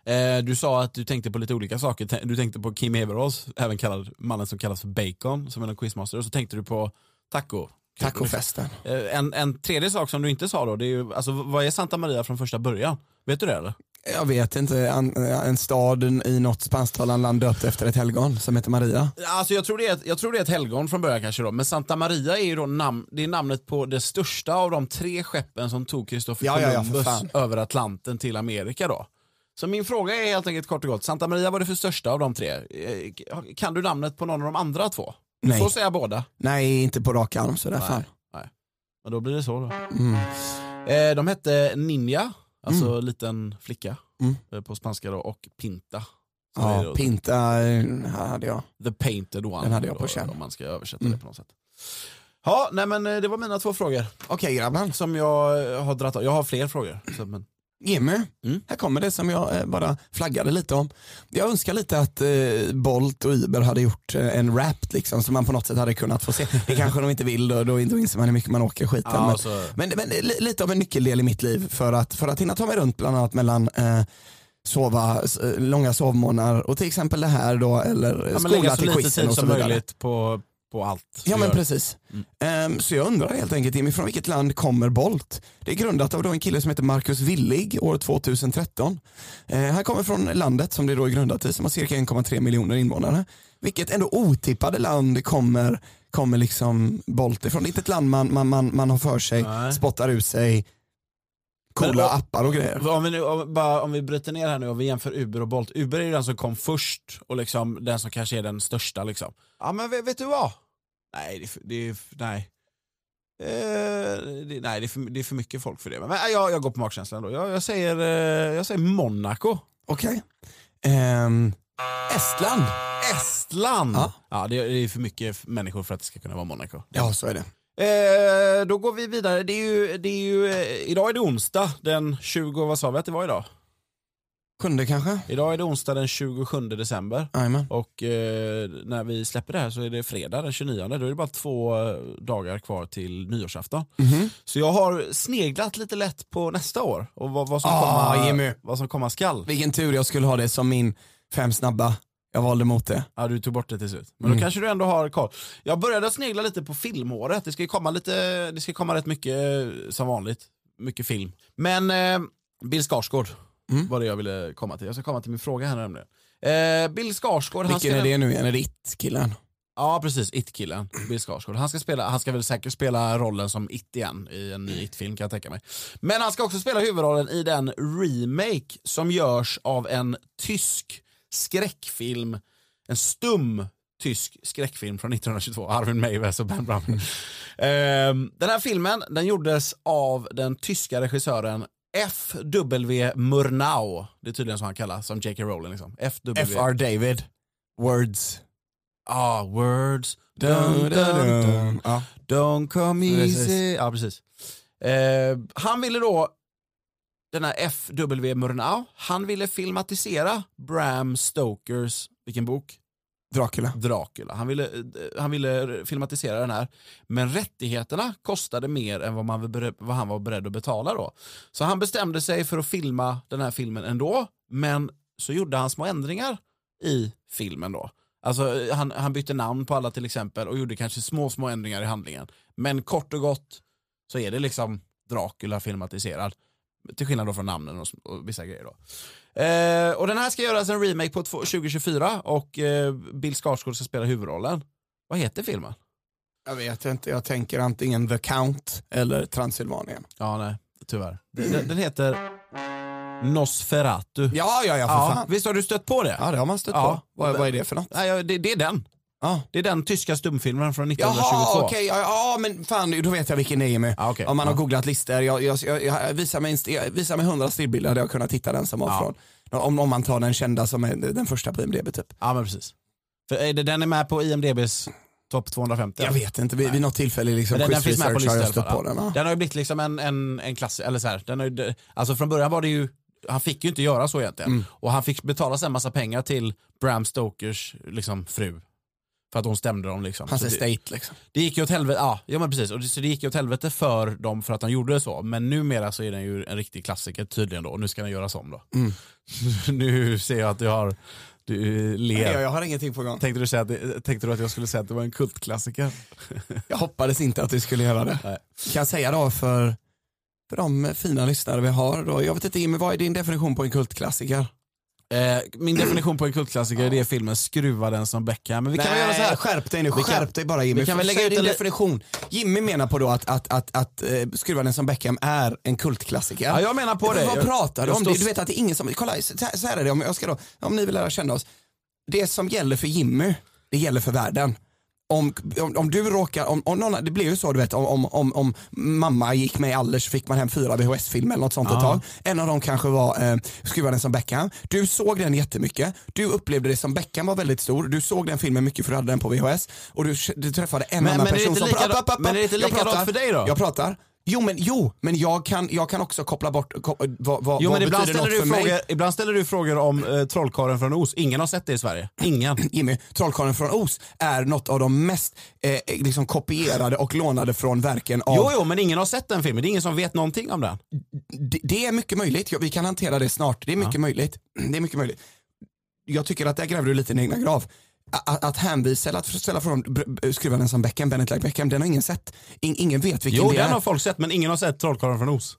A: Eh, du sa att du tänkte på lite olika saker. Tän- Du tänkte på Kim Everås, även kallad mannen som kallas för Bacon, som är en quizmaster. Och så tänkte du på taco.
B: Tacofesten.
A: Eh, En, en tredje sak som du inte sa då, det är ju, alltså, vad är Santa Maria från första början? Vet du det eller?
B: Jag vet inte, en, en stad i något spansktalande land döpt efter ett helgon som heter Maria.
A: Alltså jag tror, det är ett, jag tror det är ett helgon från början kanske då, men Santa Maria är ju då namn, det är namnet på det största av de tre skeppen som tog Kristoffer
B: Ja, ja, ja, för
A: Columbus
B: fan.
A: över Atlanten till Amerika då. Så min fråga är helt enkelt kort och gott, Santa Maria var det för största av de tre? Eh, Kan du namnet på någon av de andra två? Du
B: Nej.
A: får säga båda.
B: Nej, inte på rak arm sådär fan.
A: Nej. Men då blir det så då.
B: Mm.
A: Eh, de hette Ninja, alltså liten flicka
B: Mm.
A: eh, på spanska då, och Pinta. som är
B: Ja,
A: då
B: Pinta eh, hade jag.
A: The Painted One.
B: Den hade jag på
A: då,
B: känn. Mm.
A: Om man ska översätta det på något sätt. Ja, nej men eh, det var mina två frågor
B: Okej grabbar.
A: som jag eh, har dratt av. Jag har fler frågor. Så, men,
B: Jimmy,
A: Mm.
B: här kommer det som jag eh, bara flaggade lite om. Jag önskar lite att eh, Bolt och Uber hade gjort eh, en rap liksom, som man på något sätt hade kunnat få se. Det kanske de inte vill och då inte inser man hur mycket man åker skiten.
A: Ja,
B: men,
A: så-
B: men, men li- lite av en nyckeldel i mitt liv för att, för att hinna ta mig runt bland annat mellan eh, sova, s- eh, långa sovmorgnar och till exempel det här då eller eh,
A: ja, men
B: skola
A: lägga så
B: till
A: lite
B: quizen
A: tid
B: och så
A: som
B: vidare.
A: möjligt på, på allt.
B: Ja
A: du
B: men
A: gör. Mm.
B: precis. Ehm, så jag undrar helt enkelt Jimmy, från vilket land kommer Bolt? Det är grundat av då en kille som heter Marcus Willig år 2013. Eh, han kommer från landet som det då är grundat i som har cirka 1,3 miljoner invånare. Vilket ändå otippade land kommer, kommer liksom Bolt ifrån? Det är inte ett land man, man, man, man har för sig,
A: Nej.
B: spottar ut sig coola
A: Men, och-
B: appar och grejer.
A: Om vi, nu, om, bara, om vi bryter ner här nu och vi jämför Uber och Bolt. Uber är ju den som kom först och liksom, den som kanske är den största. Liksom. Ja men vet, vet du vad? Nej, det, är för- det, är för- nej. Eh, det, nej det, är för, det är för mycket folk för det. Men, men jag, jag går på magkänslan då. Jag, jag, säger, eh, jag säger Monaco.
B: Okej. Ehm, Estland.
A: Estland!
B: Ja.
A: Ja, det, är- det är för mycket f- människor för att det ska kunna vara Monaco.
B: Ja så är det.
A: Eh, då går vi vidare. Det är ju, det är ju, eh, idag är det onsdag den 20, vad sa vi att det var idag?
B: Sjunde kanske?
A: Idag är det onsdag den 27 december.
B: Jajamän.
A: Och eh, när vi släpper det här så är det fredag den 29. Då är det bara två eh, dagar kvar till nyårsafton.
B: Mhm.
A: Så jag har sneglat lite lätt på nästa år och vad, vad, som,
B: Ah, Jimmy.
A: komma, vad som komma skall.
B: Vilken tur jag skulle ha det som min fem snabba. Jag valde mot det.
A: Ja, du tog bort det till slut. Men
B: Mm.
A: då kanske du ändå har koll. Jag började snegla lite på filmåret. Det ska ju komma, lite, det ska komma rätt mycket eh, som vanligt. Mycket film. Men eh, Bill Skarsgård
B: Mm.
A: var det jag ville komma till. Jag ska komma till min fråga här nämligen. Eh, Bill Skarsgård, han
B: Vilken
A: ska...
B: är det nu igen? Är det It-killen?
A: Ja precis, It-killen, Bill Skarsgård. Han ska, spela, han ska väl säkert spela rollen som It igen i en ny It-film kan jag tänka mig. Men han ska också spela huvudrollen i den remake som görs av en tysk skräckfilm, en stum tysk skräckfilm från 1922, Arvin Meiwes och Ben Brown. Ehm, den här filmen den gjordes av den tyska regissören F.W. Murnau, det är tydligen så han kallas, som J.K. Rowling liksom. F.W.
B: F.R. David. Words.
A: Ah, words.
B: Dun, dun, dun. Ja.
A: Don't come
B: Precis.
A: easy. Ja, precis. Eh, han ville då, den här F.W. Murnau, han ville filmatisera Bram Stokers, vilken bok?
B: Dracula.
A: Dracula. Han ville, eh, han ville filmatisera den här. Men rättigheterna kostade mer än vad, man var beredd, vad han var beredd att betala då. Så han bestämde sig för att filma den här filmen ändå. Men så gjorde han små ändringar i filmen då. Alltså eh, han, han bytte namn på alla till exempel och gjorde kanske små, små ändringar i handlingen. Men kort och gott så är det liksom Dracula filmatiserad. Till skillnad då från namnen och, s- och vissa grejer då. Eh, och den här ska göras en remake på två- 2024 och eh, Bill Skarsgård ska spela huvudrollen. Vad heter filmen?
B: Jag vet inte, jag tänker antingen The Count eller Transylvanien.
A: Ja, nej, tyvärr. Den, den- den heter Nosferatu.
B: Ja, ja, ja för
A: Ja,
B: fan.
A: visst har du stött på det?
B: Ja, det har man stött
A: Ja.
B: på. Vad, vad är det för något?
A: Nej, ja, det, det är den.
B: Ja.
A: Det är den tyska stumfilmen från 1922.
B: Jaha, okej, ja, ja men fan då vet jag vilken det är Jimmy.
A: Ja, okej.
B: Om man har
A: Ja.
B: googlat listor, jag, jag, jag, jag visar, mig en st- jag visar mig hundra stillbilder hade jag kunnat hitta den som var
A: Ja.
B: från. Om, om man tar den kända som är den första på IMDB typ.
A: Ja, men precis. För är det, den är med på IMDBs topp 250?
B: Jag vet inte, vid, vid något tillfälle liksom,
A: Men den, den
B: quiz
A: finns med på
B: research har
A: listan i
B: jag stött
A: alla
B: på
A: fall.
B: den. va?
A: Den har ju blivit liksom en, en, en klass, eller så här, den har ju, det- alltså från början var det ju, han fick ju inte göra så egentligen.
B: Mm.
A: Och han fick betala sig en massa pengar till Bram Stokers liksom, fru. För att hon stämde dem liksom.
B: Hans
A: Så det,
B: estate liksom.
A: det gick ju åt helvete, ja, ja men precis. Och det, så det gick ju åt helvete för dem för att de gjorde så. Men numera så är den ju en riktig klassiker tydligen då. Och nu ska den göras om då.
B: Mm.
A: [LAUGHS] nu ser jag att du har, du ler.
B: Jag, jag har ingenting på gång.
A: Tänkte du, säga att, det- tänkte du att jag skulle säga att det var en kultklassiker?
B: Jag hoppades inte att du skulle göra det.
A: Nej.
B: Kan jag säga då för, för de fina lyssnare vi har då. Jag vet inte Jimmy, vad är din definition på en kultklassiker?
A: Eh, min definition på en kultklassiker det är filmen Skruva den som Beckham. Men vi kan väl göra så här.
B: Skärp dig nu,
A: Vi kan-
B: skärp dig bara Jimmy.
A: vi kan väl lägga
B: Säg
A: ut
B: din
A: en li-
B: definition. Jimmy menar på då att, att, att, att, eh, skruva den som Beckham är en kultklassiker.
A: Ja, jag menar på det.
B: Vad
A: Jag-
B: pratar du
A: jag
B: om?
A: står-
B: Du vet att det är ingen som, kolla så här- så här är det om, jag ska då, om ni vill lära känna oss. Det som gäller för Jimmy, det gäller för världen. Om, om, om du råkar, om, om någon, det blir ju så du vet om, om, om, om mamma gick med i Allers så fick man hem fyra VHS-filmer eller något sånt ett tag. En av dem kanske var eh, Skruva den som Beckham. Du såg den jättemycket, du upplevde det som Beckham var väldigt stor, du såg den filmen mycket för du hade den på VHS och du, du träffade en
A: Men-
B: annan
A: men är det
B: person
A: inte
B: som...
A: lika-
B: App, app, app,
A: men är det inte
B: jag
A: likadant
B: pratar.
A: för dig då?
B: Jag pratar. Jo men, jo, men jag, kan, jag kan också koppla bort ko, eh, vad, vad,
A: Jo,
B: vad
A: men ibland,
B: betyder
A: ställer
B: något
A: du
B: för
A: frågor,
B: mig.
A: ibland ställer du frågor om eh, Trollkarlen från Oz. Ingen har sett det i Sverige. Ingen.
B: Jimmy, Trollkarlen från Oz är något av de mest eh, liksom kopierade och lånade från verken av...
A: Jo, jo, men ingen har sett den filmen. Det är ingen som vet någonting om den.
B: Det, det är mycket möjligt, Ja, vi kan hantera det snart. Det är mycket möjligt. [CLEARS THROAT] Det är mycket möjligt. Jag tycker att där gräver du lite i din egna grav. Att, att hänvisa eller att ställa frågan, br- br- skruva den som Beckham, Bennet like Beckham, den har ingen sett. In, ingen vet vilken
A: Jo,
B: det
A: den
B: är.
A: har folk sett, men ingen har sett Trollkarlen från Oz.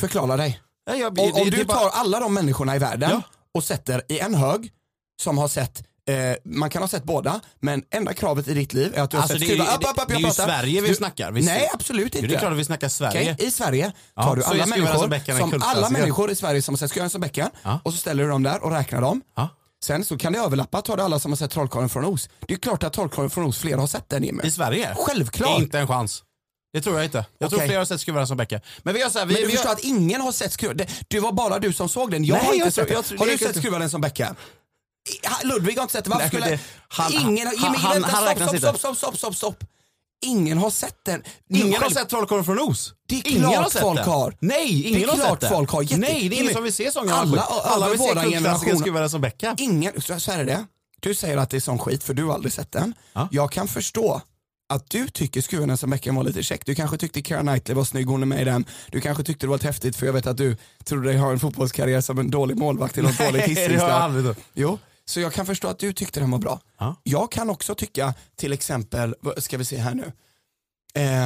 B: Förklara dig.
A: Nej, jag,
B: Om,
A: det-
B: om
A: det
B: du
A: är bara-
B: tar alla de människorna i världen
A: Ja.
B: och sätter i en hög som har sett eh, man kan ha sett båda, men enda kravet i ditt liv är att du har
A: Alltså,
B: sett
A: det är ju-
B: skruva upp, upp, upp,
A: det är
B: jag
A: ju
B: pratar.
A: Sverige vi snackar, visst.
B: Nej, absolut
A: Jo, det är klart
B: inte.
A: att vi snackar Sverige.
B: Okej, I Sverige
A: Ja,
B: tar du
A: så
B: alla
A: jag skruvar den
B: människor,
A: som Beckham är
B: som alla
A: kultklassiker.
B: människor i Sverige som har sett Skruvan som Beckham
A: Ja.
B: och så ställer du dem där och räknar dem.
A: Ja.
B: Sen så kan det överlappa, tar du alla som har sett Trollkarlen från Oz. Det är klart att Trollkarlen från Oz, fler har sett den Jimmy.
A: I Sverige?
B: Självklart.
A: Inte en chans. Det tror jag inte. Jag tror
B: Okej.
A: fler har sett Skruva den som Beckham. Men vi gör så här. Vi,
B: Men du
A: vi
B: förstår
A: gör...
B: att ingen har sett skruven? Det, det var bara du som såg den. Jag
A: Nej,
B: har inte
A: jag tror-
B: sett den.
A: jag tror-
B: har
A: det
B: du
A: är
B: sett
A: inte-
B: skruven den som Beckham? I- ha- Ludvig har inte sett den. Varför
A: Nej, men
B: skulle...
A: det- han-
B: ingen...
A: han-
B: Jimmy,
A: han-
B: vänta,
A: han räknas
B: stopp,
A: inte.
B: stopp, stopp, stopp, stopp, stopp. Ingen har sett den. Nu
A: Ingen har
B: själv-
A: sett Trollkarlen från Oz.
B: Det är
A: ingen
B: klart
A: har sett
B: folk
A: den.
B: har.
A: Nej, ingen
B: Det är
A: har
B: klart
A: sett den.
B: folk har. Jätte-
A: Nej, det är ingen
B: Jimmy,
A: som vill se sån gammal
B: alla-
A: skit.
B: alla
A: Alla vill se
B: våran
A: kultklassiker
B: generation-
A: Skruva som Beckham.
B: Ingen... Så så här är det. Du säger att det är sån skit för du har aldrig sett den.
A: Ja.
B: Jag kan förstå att du tycker skruven den som Beckham var lite käck. Du kanske tyckte Keira Knightley var snygg, hon är med i den. Du kanske tyckte det var lite häftigt för jag vet att du trodde dig ha en fotbollskarriär som en dålig målvakt eller en dålig
A: Nej, det har jag
B: hissingslag.
A: aldrig gjort.
B: Jo, så jag kan förstå att du tyckte den var bra.
A: Ja.
B: Jag kan också tycka till exempel, vad ska vi se här nu.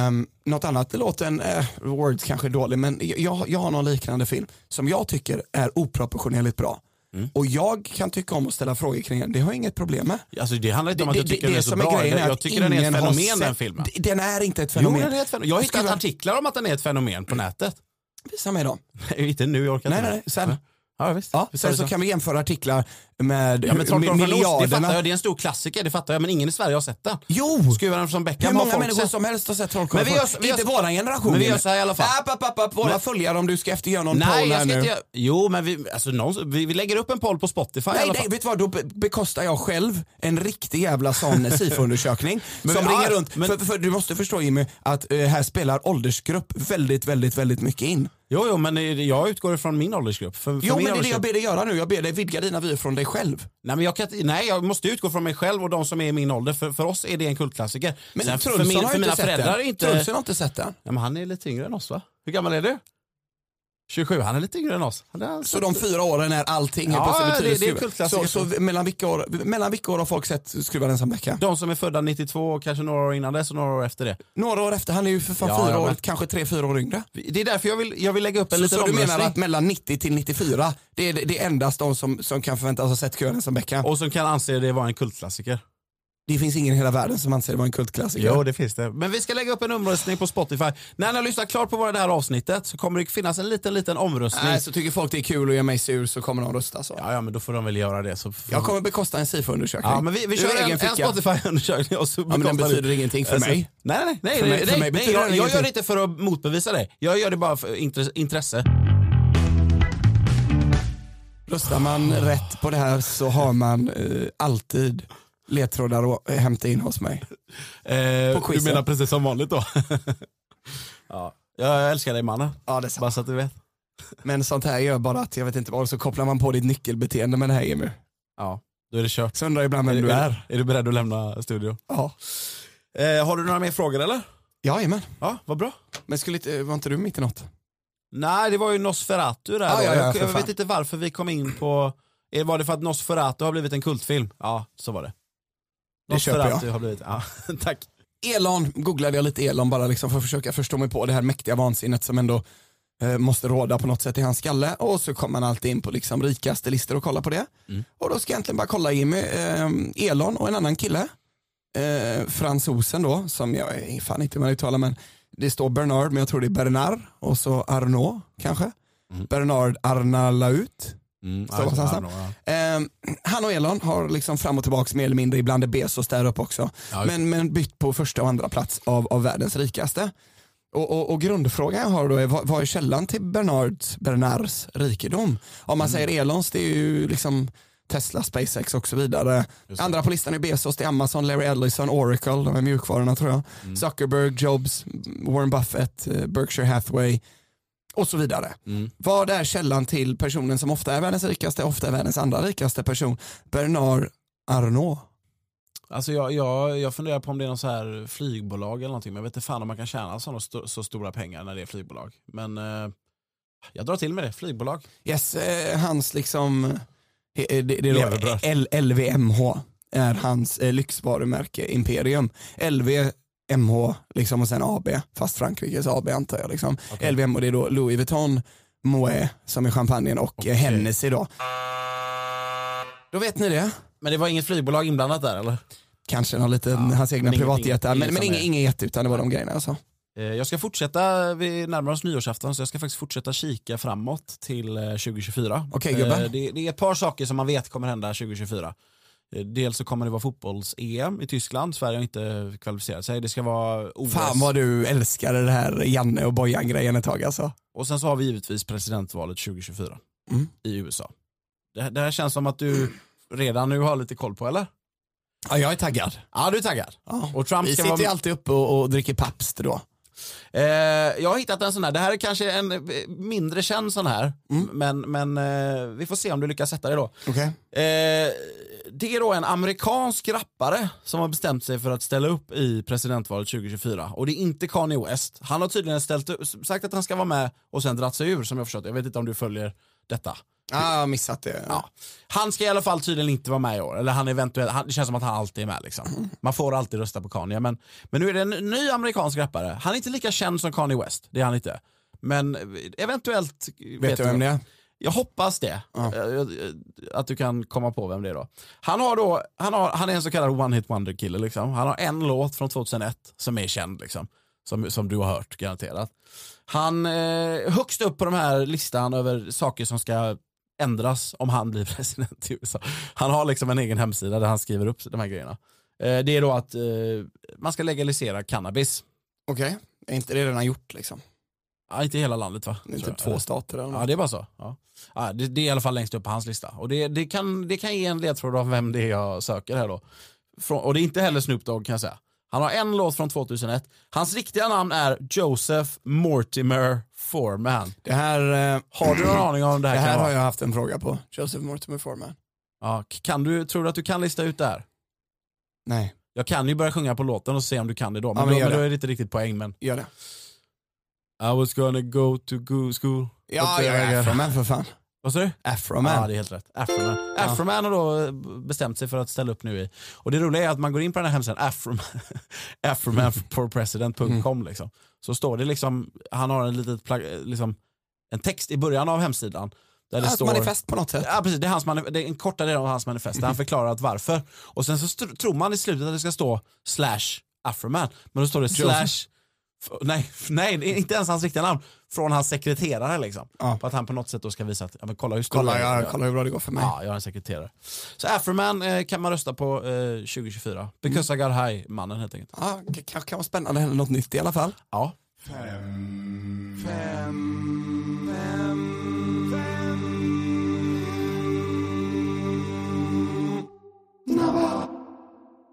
B: Um, något annat, låten, eh, Words kanske är dålig, men jag, jag har någon liknande film som jag tycker är oproportionerligt bra.
A: Mm.
B: Och jag kan tycka om att ställa frågor kring den, det har jag inget problem med.
A: Alltså, det handlar inte om att jag tycker den är så
B: som
A: bra.
B: grejen är
A: jag
B: att
A: tycker den är ett
B: ingen har
A: fenomen
B: sett-
A: den filmen.
B: D- Den är inte ett
A: Jo,
B: fenomen.
A: den är ett fenomen. Jag har hittat
B: Skruva-
A: artiklar om att den är ett fenomen på nätet. [LAUGHS]
B: Visa mig dem.
A: Nej, inte nu, jag orkar
B: Mm. Nej,
A: inte.
B: nej, nej, sen.
A: alltså. Ja, visst.
B: Ja,
A: Visst är
B: sen
A: det
B: så kan vi jämföra artiklar med,
A: Ja, men
B: med
A: Trollkarlen från Oz, det fattar
B: miljarderna.
A: jag. Det är en stor klassiker, det fattar jag. Men ingen i Sverige har sett den.
B: Jo!
A: Skruva den som Beckham
B: Hur
A: har
B: många
A: folk
B: människor
A: sett.
B: som helst har sett
A: Men
B: Trollkarlen
A: vi
B: från
A: gör
B: Oz.
A: så- vi gör
B: Inte
A: så-
B: våran generation.
A: Men vi gör
B: Jimmy.
A: så här i alla fall.
B: App, app, app, app, våra följare om du ska efter göra någon
A: Nej,
B: poll
A: jag
B: här
A: ska
B: nu.
A: inte göra... Jo, men vi, alltså, någon, vi, vi lägger upp en poll på Spotify i
B: Nej,
A: alla
B: nej,
A: fall.
B: vet du vad? Då be- bekostar jag själv en riktig jävla [LAUGHS] sån SIFO-undersökning som
A: Men vi-
B: ringer
A: ja,
B: runt.
A: men-
B: För, för du måste förstå Jimmy, att eh, här spelar åldersgrupp väldigt, väldigt, väldigt mycket in.
A: Jo, jo, men eh, jag utgår ifrån min åldersgrupp. För, för
B: Jo,
A: min
B: men det är det jag
A: åldersgrupp-
B: ber dig göra nu. Jag ber dig vidga dina vyer från dig själv.
A: nej, men jag kan, inte- nej, jag måste utgå från mig själv och de som är i min ålder. För, för oss är det en kultklassiker.
B: Men
A: Sen,
B: Trulsson
A: för, min,
B: har
A: för
B: ju
A: mina
B: inte sett
A: föräldrar
B: den.
A: är inte...
B: Trulsson har inte sett den.
A: Ja, men han är lite yngre än oss, va? Hur gammal är du? 27, han är lite yngre än oss. Han är alltså-
B: Så de fyra åren är allting
A: Ja,
B: helt plötsligt
A: det-
B: betyder
A: det är
B: skruv.
A: kultklassiker.
B: Så, så mellan, vilka år, mellan vilka år har folk sett skruva den som Becka?
A: De som är födda 92 och kanske några år innan dess och några år efter det.
B: Några år efter, han är ju för fan
A: Ja,
B: fyra
A: ja,
B: år,
A: men-
B: kanske tre, fyra år yngre.
A: Det är därför jag vill, jag vill lägga upp en
B: Så,
A: liten
B: så du menar
A: omröstning.
B: att mellan 90 till 94, det är det, det är endast de som, som kan förväntas ha sett Skruva den som Becka?
A: Och som kan anse det vara en kultklassiker.
B: Det finns ingen i hela världen som anser det vara en kultklassiker.
A: Jo, det finns det. Men vi ska lägga upp en omröstning på Spotify. När ni har lyssnat klart på vad det här avsnittet så kommer det finnas en liten, liten omröstning.
B: Nej, så tycker folk det är kul och gör mig sur så kommer de rösta så.
A: Ja, ja, men då får de väl göra det. Så får...
B: Jag kommer bekosta en SIFO-undersökning.
A: Ja, men vi, vi
B: Ur
A: kör en,
B: egen
A: en
B: ficka.
A: Spotify-undersökning och så
B: Ja, men den
A: bekostar vi-
B: betyder ingenting för
A: Alltså,
B: mig.
A: Nej, nej, nej.
B: För mig-
A: nej,
B: för mig
A: nej,
B: betyder
A: jag,
B: den
A: jag gör
B: ingenting.
A: det inte för att motbevisa dig. Jag gör det bara för intre- intresse.
B: Röstar man rätt på det här så har man eh, alltid ledtrådar att hämta in hos mig.
A: Eh,
B: På
A: du
B: quizen.
A: menar precis som vanligt
B: [LAUGHS]
A: då? ja. Jag älskar dig mannen,
B: Ja, det är sant.
A: bara så att du vet.
B: Men sånt här gör bara att jag vet inte vad, så kopplar man på ditt nyckelbeteende med det här Emil.
A: Ja. Då är det kört.
B: Så undrar jag ibland vem du är.
A: Är du beredd att lämna studion?
B: Ja,
A: Eh, har du några mer frågor eller?
B: jajamän.
A: Ja, vad bra.
B: Men skulle inte, var inte du mitt i något?
A: Nej, det var ju Nosferatu där.
B: Ah,
A: då.
B: ja, ja,
A: jag
B: för
A: jag
B: fan.
A: vet inte varför vi kom in på... eh, Var det för att Nosferatu har blivit en kultfilm? Ja, så var det.
B: Det köper jag.
A: Nosferatu har blivit... Ja, [LAUGHS] tack.
B: Elon, googlade jag lite Elon bara liksom för att försöka förstå mig på det här mäktiga vansinnet som ändå eh, måste råda på något sätt i hans skalle och så kommer man alltid in på liksom rikaste listor och kollar på det.
A: Mm.
B: Och då ska jag egentligen bara kolla Jimmy, eh, Elon och en annan kille, eh, fransosen då, som jag är fan inte hur man uttalar men det står Bernard men jag tror det är Bernard och så Arnaud kanske.
A: Mm.
B: Bernard Arnalaut.
A: Mm,
B: Så, så, så. Eh, han och Elon har liksom fram och tillbaka mer eller mindre, ibland är Bezos där uppe också.
A: Ja,
B: men, men bytt på första och andra plats av, av världens rikaste. Och, och, och grundfrågan jag har då är vad, vad är källan till Bernards, Bernards rikedom? Om
A: Mm.
B: man säger Elons, det är ju liksom Tesla, SpaceX och så vidare.
A: Just det.
B: Andra på listan är Bezos, det är Amazon, Larry Ellison, Oracle, de här mjukvarorna tror jag.
A: Mm.
B: Zuckerberg, Jobs, Warren Buffett, eh, Berkshire Hathaway och så vidare.
A: Mm.
B: Vad är källan till personen som ofta är världens rikaste, ofta är världens andra rikaste person? Bernard Arnault.
A: Alltså jag, jag, jag funderar på om det är någon så här flygbolag eller någonting, men jag vet inte fan om man kan tjäna såna sto- så stora pengar när det är flygbolag. Men eh, jag drar till med det, flygbolag.
B: Yes, eh, hans liksom, eh, eh, det, det är då
A: Levebröd.
B: L, LVMH är hans eh, lyxvarumärke Imperium. LVMH liksom, och sen AB, fast Frankrikes AB antar jag. Liksom.
A: Okej.
B: LVMH det är då Louis Vuitton, Moët som är champagnen och
A: Okej.
B: eh, Hennessy då. Då vet ni det.
A: Men det var inget flygbolag inblandat där eller?
B: Kanske någon liten,
A: Ja,
B: hans egna
A: men ingenting-
B: privatjet där, men,
A: inget
B: men
A: som
B: ingen,
A: är-
B: ingen jätte utan det var de grejerna alltså.
A: Eh, Jag ska fortsätta, vi närmar oss nyårsafton, så jag ska faktiskt fortsätta kika framåt till eh, 2024.
B: Okej,
A: Eh,
B: gubbar.
A: Det, det är ett par saker som man vet kommer hända 2024. Eh, Dels så kommer det vara fotbolls-EM i Tyskland, Sverige har inte kvalificerat sig. Det ska vara OS.
B: Fan vad du älskade det här Janne och Bojan grejen ett tag alltså.
A: Och sen så har vi givetvis presidentvalet 2024
B: Mm.
A: i USA. Det, det här känns som att du redan nu har lite koll på eller?
B: Ja jag är taggad.
A: Ja, du är taggad.
B: Ja.
A: Och Trump
B: Vi
A: ska
B: sitter ju
A: vara...
B: alltid uppe och, och dricker Pabst då.
A: Eh, jag har hittat en sån här, det här är kanske en eh, mindre känd sån här,
B: Mm.
A: men, men eh, vi får se om du lyckas sätta det då.
B: Okay.
A: Eh, det är då en amerikansk rappare som har bestämt sig för att ställa upp i presidentvalet 2024 och det är inte Kanye West. Han har tydligen ställt upp, sagt att han ska vara med och sen dratt sig ur som jag förstått Jag vet inte om du följer detta.
B: Ja, jag har missat det.
A: Ja. Han ska i alla fall tydligen inte vara med i år. Eller han eventuellt, han, det känns som att han alltid är med. Liksom. Man får alltid rösta på Kanye. Men, men nu är det en ny amerikansk rappare. Han är inte lika känd som Kanye West. Det är han inte. Men eh, eventuellt...
B: Vet du vem det är?
A: Jag hoppas det.
B: Ja.
A: Eh, eh, Att du kan komma på vem det är då. Han, har då, han, har, han är en så kallad one hit wonder kille. Liksom. Han har en låt från 2001 som är känd. Liksom. Som, som du har hört garanterat. Han eh, högst upp på den här listan över saker som ska ändras om han blir [LAUGHS] president i USA. Han har liksom en egen hemsida där han skriver upp de här grejerna. Eh, det är då att eh, man ska legalisera cannabis.
B: Okej. Är inte det redan gjort liksom?
A: Ja, inte i hela landet va?
B: Det är
A: Tror
B: typ
A: jag.
B: två stater eller
A: Ja,
B: något.
A: det är bara så. Ja. Ja, det, det är i alla fall längst upp på hans lista. Och det, det, kan, det kan ge en ledtråd om vem det är jag söker här då. Från, och det är inte heller Snoop Dogg kan jag säga. Han har en låt från 2001. Hans riktiga namn är Joseph Mortimer Foreman.
B: Det här, eh,
A: Har du någon aning om det
B: det
A: här,
B: här
A: kan
B: har
A: vara?
B: jag haft en fråga på. Joseph Mortimer Foreman.
A: Ja, k- kan du, tror du att du kan lista ut det här?
B: Nej,
A: Jag kan ju börja sjunga på låten och se om du kan det då. Men,
B: men
A: då,
B: gör
A: men då
B: det.
A: är det inte riktigt poäng. Men...
B: gör det.
A: I was gonna go to go school.
B: Ja,
A: But
B: jag
A: there I
B: är
A: go.
B: Afroman för fan.
A: Vad sa du?
B: Afroman.
A: Ja, det är helt rätt. Afroman. Afroman har då eh, bestämt sig för att ställa upp nu i. Och det roliga är att man går in på den här hemsidan, [LAUGHS] Afroman, afromanforpresident.com liksom. Så står det liksom, han har en litet plagg- eh, liksom, en text i början av hemsidan. Där det
B: Ett
A: står...
B: manifest på något sätt.
A: Ja precis, det är, hans manif- det är en kortare del av hans manifest [LAUGHS] där han förklarar att varför. Och sen så str- tror man i slutet att det ska stå slash afroman, men då står det slash, f- nej, f- nej det är inte ens hans riktiga namn, från hans sekreterare liksom.
B: Ja.
A: För att han på något sätt då ska visa att, ja men kolla hur stor
B: Kolla,
A: jag är.
B: jag, kolla hur bra det går för mig.
A: Ja, jag har en sekreterare. Så afroman eh, kan man rösta på eh, 2024, because I got high, mannen helt enkelt.
B: Ja, det kanske kan vara spännande, händer något nytt i alla fall.
A: Ja.
B: Fem, fem, fem,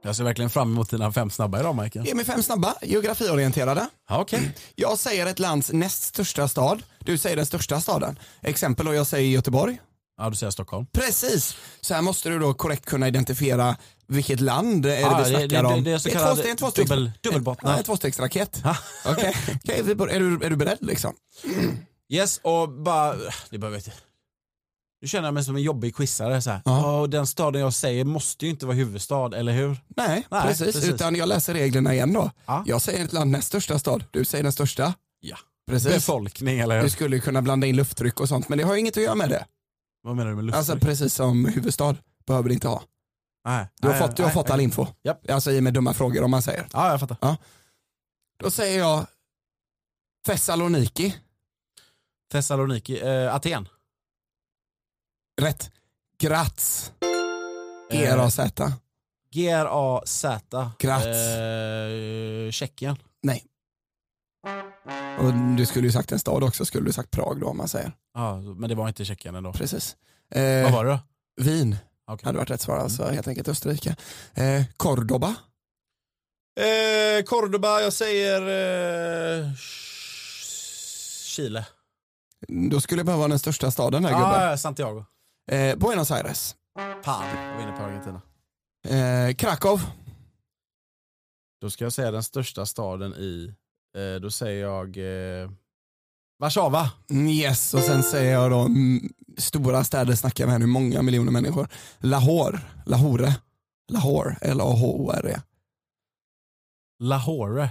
A: Jag ser verkligen fram emot dina fem snabba idag Michael.
B: Ge mig fem snabba, geografiorienterade.
A: Ja, okej.
B: Jag säger ett lands näst största stad. Du säger den största staden. Exempel då, jag säger Göteborg.
A: Ja, du säger Stockholm.
B: Precis! Så här måste du då korrekt kunna identifiera vilket land är det
A: Ja,
B: vi
A: Ah, det-
B: snackar
A: det- det-
B: om.
A: det är så
B: en
A: kallad
B: tvåste- en tvåstegs-
A: dubbel- dubbelbottnad.
B: Ja, en tvåstegsraket.
A: Ha.
B: Okej, Okej, vi bör- är, du, är du beredd liksom?
A: Yes, och bara... Det behöver jag inte... Nu känner jag mig som en jobbig quizare. Så här.
B: Ja.
A: Ja, Och den staden jag säger måste ju inte vara huvudstad, eller hur?
B: Nej,
A: Nej,
B: precis.
A: precis.
B: Utan jag läser reglerna igen då.
A: Ja.
B: Jag säger ett land näst största stad, du säger den största.
A: Ja.
B: Precis.
A: Befolkning, eller
B: Du
A: hur?
B: skulle ju kunna blanda in lufttryck och sånt men det har ju inget att göra med det.
A: Vad menar du med luft?
B: Alltså precis som huvudstad behöver det inte ha.
A: nej,
B: Du har
A: nej,
B: fått, du har
A: nej,
B: fått
A: nej.
B: all info.
A: Japp.
B: Alltså i och med dumma frågor om man säger.
A: Ja, jag fattar.
B: Då säger jag Thessaloniki.
A: Thessaloniki, eh, Aten.
B: Rätt. E Graz.
A: Eh,
B: G-R-A-Z.
A: G-R-A-Z.
B: Graz.
A: Eh, Tjeckien.
B: Och du skulle ju sagt en stad också, skulle du sagt Prag då om man säger.
A: Ja, men det var inte Tjeckien ändå.
B: Precis.
A: Vad
B: Eh,
A: var det då?
B: Wien
A: Okej.
B: hade varit rätt svar, alltså helt enkelt Österrike. Eh, Cordoba.
A: Eh, Cordoba, jag säger eh, Chile.
B: Då skulle jag behöva den största staden där gubben.
A: Ah, Santiago.
B: Eh, Buenos Aires.
A: Fan, jag var inne på Argentina.
B: Eh, Krakow.
A: Då ska jag säga den största staden i, eh, då säger jag eh, Warszawa.
B: Mm, Yes, och sen säger jag då mm, stora städer snackar vi här nu, många miljoner människor. Lahore, Lahore, Lahore, L-A-H-O-R-E.
A: Lahore.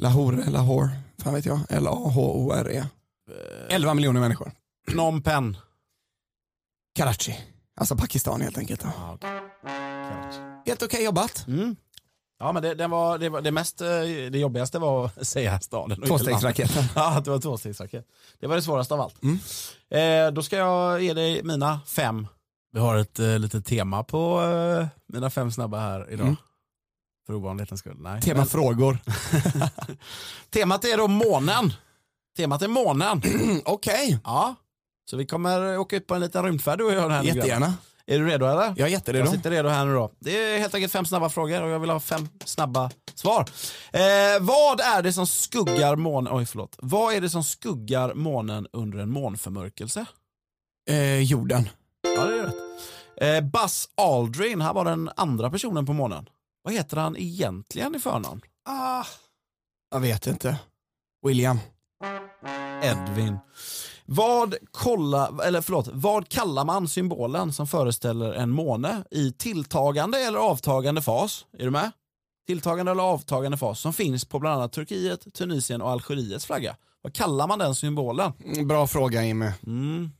B: Lahore, Lahore, fan vet jag, L-A-H-O-R-E. 11 E. miljoner människor.
A: Eh, Phnom Penh.
B: Karachi, alltså Pakistan helt enkelt. då.
A: Ah, okej. Kanske.
B: Helt okej jobbat.
A: Mm. Ja men det, den var, det, var, det, mest, eh, det jobbigaste var att [LAUGHS] säga staden. och inte landet.
B: Tvåstegsraketen.
A: [LAUGHS] Ja, det var tvåstegsraket. Det var det svåraste av allt.
B: Mm.
A: Eh, då ska jag ge dig mina fem. Vi har ett eh, litet tema på eh, mina fem snabba här idag.
B: Mm.
A: För ovanlighetens skull. Nej.
B: Tema
A: [CLEARS THROAT]
B: frågor.
A: Men- Temat är då månen. Temat är månen.
B: Mm, Okej,
A: Ja. Så vi kommer åka ut på en liten rymdfärd du och jag. Den här nu, grabbar.
B: jättegärna.
A: Är du redo eller?
B: Jag är jätteredo.
A: Jag sitter redo här nu då. Det är helt enkelt fem snabba frågor och jag vill ha fem snabba svar. Eh, vad är det som skuggar månen? Oj, förlåt. Vad är det som skuggar månen under en månförmörkelse?
B: Eh, jorden.
A: Ja, det är rätt. Eh, Buzz Aldrin, han var den andra personen på månen. Vad heter han egentligen i förnamn?
B: Ah, jag vet inte. William.
A: Edvin. Vad, kolla, eller förlåt, vad kallar man symbolen som föreställer en måne i tilltagande eller avtagande fas? Är du med? Tilltagande eller avtagande fas som finns på bland annat Turkiet, Tunisien och Algeriets flagga. Vad kallar man den symbolen?
B: Mm, Bra fråga Jimmy.
A: Mm.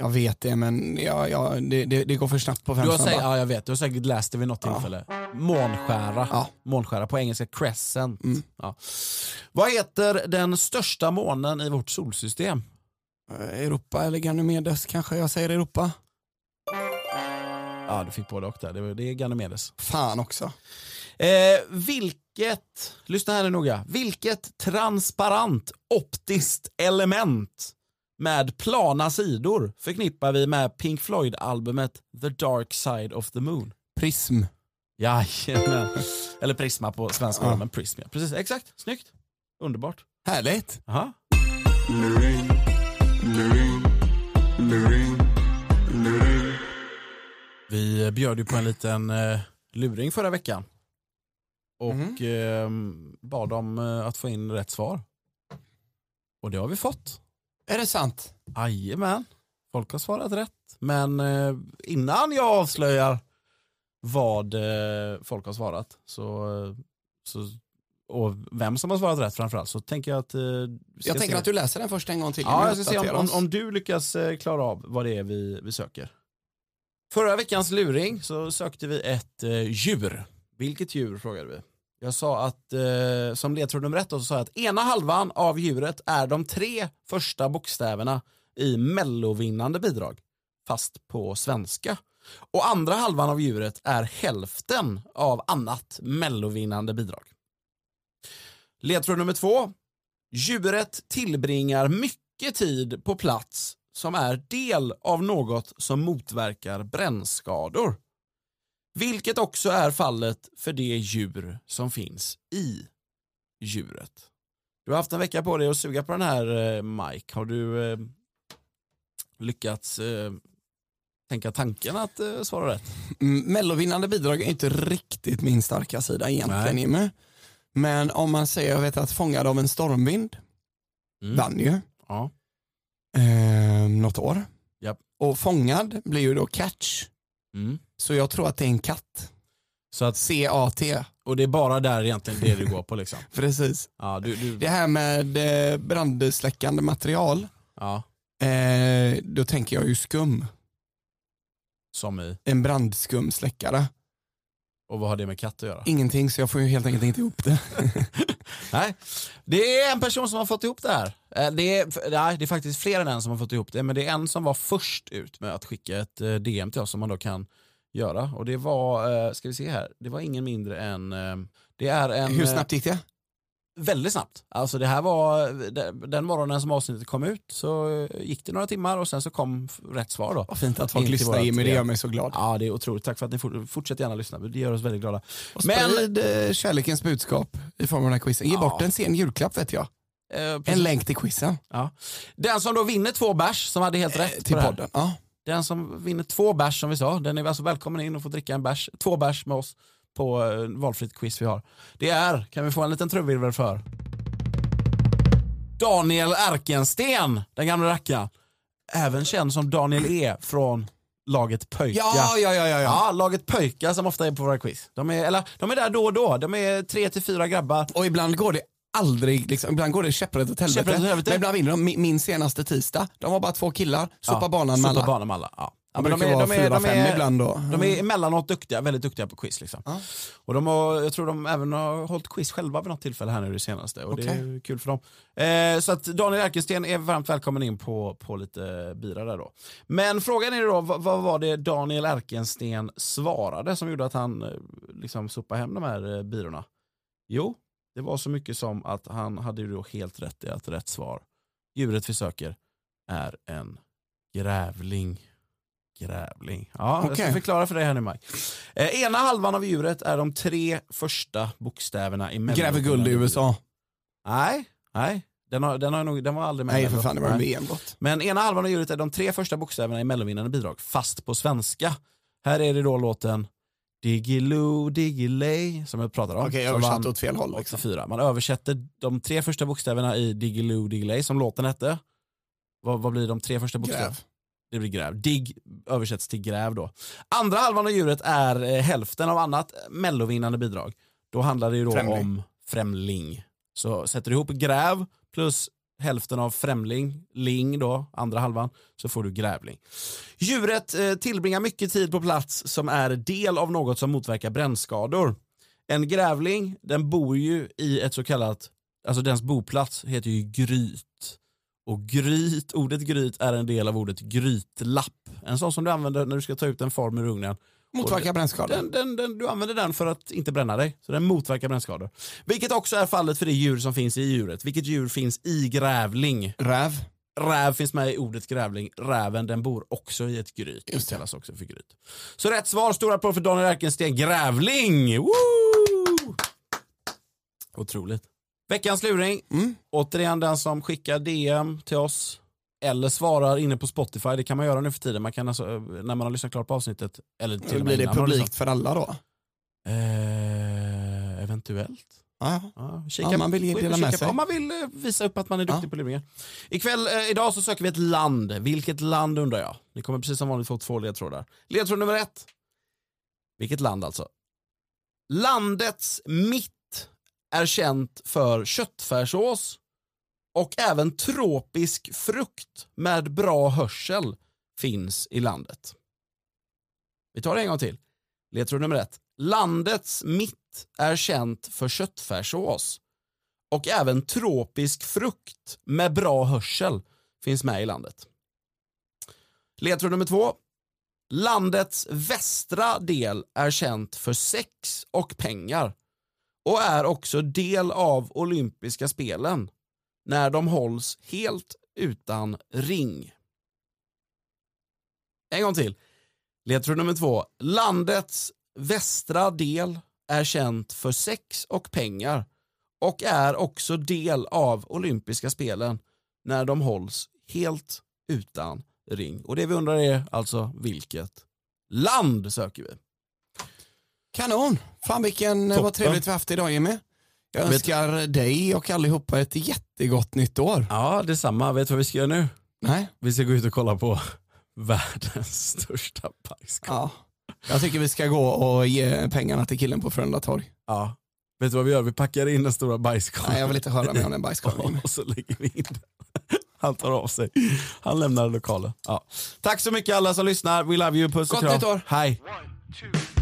B: Jag vet det, men ja, ja, det, det, det går för snabbt på fem
A: Du har
B: snabba.
A: säkert, ja, jag vet, du har säkert läst det vid något
B: Ja.
A: tillfälle. Månskära.
B: Ja.
A: Månskära på engelska crescent.
B: Mm.
A: Ja. Vad heter den största månen i vårt solsystem?
B: Eh, Europa eller Ganymedes kanske, jag säger Europa.
A: Ja, du fick både och där. Det var- Det är Ganymedes.
B: Fan också.
A: Eh, vilket, lyssna här nu noga, vilket transparent optiskt element med plana sidor förknippar vi med Pink Floyd-albumet The Dark Side of the Moon?
B: Prism.
A: Jajamän. Eller prisma på svenska,
B: Ja.
A: men prism ja. Precis, exakt. Snyggt. Underbart.
B: Härligt.
A: Aha. Vi bjöd ju på en liten eh, luring förra veckan. Och
B: Mhm.
A: eh, bad om eh, att få in rätt svar. Och det har vi fått.
B: Är det sant?
A: Jajamän. Folk har svarat rätt. Men eh, innan jag avslöjar vad eh, folk har svarat så, eh, så, och vem som har svarat rätt framförallt så tänker jag att... Eh, vi ska
B: Jag tänker
A: se-
B: att du läser den först en gång till.
A: Ja,
B: innan
A: jag ska
B: vi
A: se om,
B: uppdaterar
A: om,
B: oss.
A: om du lyckas eh, klara av vad det är vi, vi söker. Förra veckans luring så sökte vi ett eh, djur. Vilket djur frågade vi. Jag sa att, eh, som ledtråd nummer ett, då, så sa jag att ena halvan av djuret är de tre första bokstäverna i mellovinnande bidrag, fast på svenska. Och andra halvan av djuret är hälften av annat mellovinnande bidrag. Ledtråd nummer två, Djuret tillbringar mycket tid på plats som är del av något som motverkar brännskador. Vilket också är fallet för det djur som finns i djuret. Du har haft en vecka på dig att suga på den här eh, Mike. Har du eh, lyckats eh, tänka tanken att eh, svara rätt?
B: Mm, Mellovinnande bidrag är inte riktigt min starka sida egentligen Jimmy. Men om man säger, jag vet att Fångad av en stormvind
A: Mm.
B: vann ju
A: Ja.
B: eh, något år.
A: Japp.
B: Och Fångad blir ju då catch.
A: Mm.
B: Så jag tror att det är en katt.
A: Så att,
B: C-A-T.
A: och det är bara där egentligen det du går på liksom.
B: Precis.
A: Ja, du, du,
B: Det här med eh, brandsläckande material.
A: ja,
B: Eh, då tänker jag ju skum.
A: som i.
B: En brandskumsläckare.
A: Och vad har det med katt att göra?
B: Ingenting så jag får ju helt enkelt inte ihop det.
A: Nej, det är en person som har fått ihop det här. Eh, Det är, nej, det är faktiskt fler än en som har fått ihop det, men det är en som var först ut med att skicka ett eh, DM till oss som man då kan göra. Och det var, eh, ska vi se här, det var ingen mindre än, eh, det är en...
B: Hur snabbt gick det?
A: eh, Väldigt snabbt. Alltså det här var, eh, de- den morgonen som avsnittet kom ut så eh, gick det några timmar och sen så kom f- rätt svar då.
B: Vad fint att folk
A: In till
B: lyssnar
A: vårat
B: Jimmy, det gör
A: DM.
B: mig så glad.
A: Ja, det är otroligt. Tack för att ni fort- fortsätter gärna lyssna. Det gör oss väldigt glada.
B: Och
A: Men-
B: sprid eh, kärlekens budskap i form av den här quizen. Ge
A: Ja.
B: bort en sen julklapp vet jag.
A: Eh,
B: En
A: precis.
B: länk till quizen.
A: ja. Den som då vinner två bärs, som hade helt rätt
B: Eh, Till
A: Eh, på det här.
B: podden. Ja.
A: Den som vinner två bärs som vi sa, den är alltså välkommen in och får dricka en bärs, två bärs med oss på eh, valfritt quiz vi har. Det är, kan vi få en liten trumvirvel för? Daniel Erkensten, den gamla rackaren. Även känd som Daniel E från laget Pöjka.
B: Ja, ja, ja, ja, ja.
A: Ja, laget Pöjka som ofta är på våra quiz. De är, eller, de är där då och då, de är tre till fyra grabbar.
B: Och ibland går det aldrig, liksom, ibland går det käpprätt åt helvete.
A: Käpprätt åt helvete.
B: Men ibland vinner de. Min, min senaste tisdag, de var bara två killar, sopa
A: ja,
B: banan med
A: sopa
B: alla.
A: banan med alla. Ja. Ja,
B: De
A: men
B: brukar vara fyra, fem ibland då.
A: De är emellanåt duktiga, väldigt duktiga på quiz. Liksom.
B: Ja.
A: Och de har, jag tror de även har hållit quiz själva vid något tillfälle här nu det senaste. Och det är
B: Okej.
A: kul för dem. Eh, så att Daniel Erkensten är varmt välkommen in på, på lite bira där då. Men frågan är då, vad, vad var det Daniel Erkensten svarade som gjorde att han eh, liksom sopade hem de här eh, birorna? Jo, det var så mycket som att han hade ju då helt rätt i att rätt svar, djuret vi söker, är en grävling. Grävling. Ja, Jag ska
B: Okej.
A: förklara för dig här nu Mike. Eh, ena halvan av djuret är de tre första bokstäverna i Mello-
B: Gräver guld i USA.
A: Nej, nej. Den, har, den, har nog, den var aldrig med. i
B: Nej
A: Mello.
B: för fan, det var en
A: Nej.
B: VM-låt.
A: Men ena halvan av djuret är de tre första bokstäverna i mellovinnande bidrag, fast på svenska. Här är det då låten Diggiloo Diggiley som jag pratade om.
B: Okej,
A: som vann
B: översatt åt fel håll. Liksom.
A: 84. Man översätter de tre första bokstäverna i Diggiloo Diggiley som låten hette. Vad, vad blir de tre första bokstäverna?
B: Gräv.
A: Det blir gräv. Digg översätts till gräv då. Andra halvan av djuret är eh, hälften av annat mellovinnande bidrag. Då handlar det ju då
B: Främling.
A: om främling. Så sätter du ihop gräv plus hälften av främling, ling då, andra halvan, så får du grävling. Djuret eh, tillbringar mycket tid på plats som är del av något som motverkar brännskador. En grävling, den bor ju i ett så kallat, alltså dens boplats heter ju gryt. Och gryt, ordet gryt är en del av ordet grytlapp. En sån som du använder när du ska ta ut en form ur ugnen.
B: Motverkar brännskador.
A: Den, den, den, du använder den för att inte bränna dig, så den motverkar brännskador. Vilket också är fallet för det djur som finns i djuret. Vilket djur finns i grävling?
B: Räv.
A: Räv finns med i ordet grävling. Räven den bor också i ett gryt. Det
B: Just det.
A: kallas också för gryt. Så rätt svar, stora applåd för Daniel Erkensten. Grävling! Woo! Otroligt. Veckans luring.
B: Mm.
A: Återigen den som skickar DM till oss eller svarar inne på Spotify, det kan man göra nu för tiden. Man kan alltså, eh, när man har lyssnat klart på avsnittet, eller till
B: Då
A: och
B: blir
A: med
B: det
A: innan man har
B: publikt
A: lyssnat.
B: för alla då.
A: Eh, eventuellt.
B: Ja.
A: Ja, kika,
B: Ja, man vill ju
A: gå in och
B: dela
A: kika
B: med
A: på-
B: sig.
A: Om man vill eh, visa upp att man är duktig
B: Ja.
A: på luringar. Ikväll, eh, idag så söker vi ett land. Vilket land undrar jag? Ni kommer precis som vanligt få två ledtrådar. Ledtråd nummer ett. Vilket land alltså? Landets mitt är känt för köttfärssås och även tropisk frukt med bra hörsel finns i landet. Vi tar det en gång till. Ledtråd nummer ett. Landets mitt är känt för köttfärssås och även tropisk frukt med bra hörsel finns med i landet. Ledtråd nummer två. Landets västra del är känt för sex och pengar och är också del av olympiska spelen när de hålls helt utan ring. En gång till. Ledtråd nummer två. Landets västra del är känt för sex och pengar och är också del av olympiska spelen när de hålls helt utan ring. Och det vi undrar är alltså vilket land söker vi?
B: Kanon! Fan vilken, eh,
A: Toppen.
B: vad trevligt vi haft idag Jimmy. Jag
A: Vet-
B: önskar dig och allihopa ett jättegott nytt år.
A: Ja, detsamma. Vet du vad vi ska göra nu?
B: Nej?
A: Vi ska gå ut och kolla på världens största bajskorv.
B: Ja. Jag tycker vi ska gå och ge pengarna till killen på Frölunda torg.
A: Ja. Vet du vad vi gör? Vi packar in den stora bajskorven.
B: Nej, jag vill inte höra mer om den bajskorven. Jimmy.
A: Och så lägger vi in den. Han tar av sig. Han lämnar lokalen. Ja. Tack så mycket alla som lyssnar. We love you. Puss och
B: Gott
A: kram.
B: nytt år.
A: Hej.
C: One, two, three.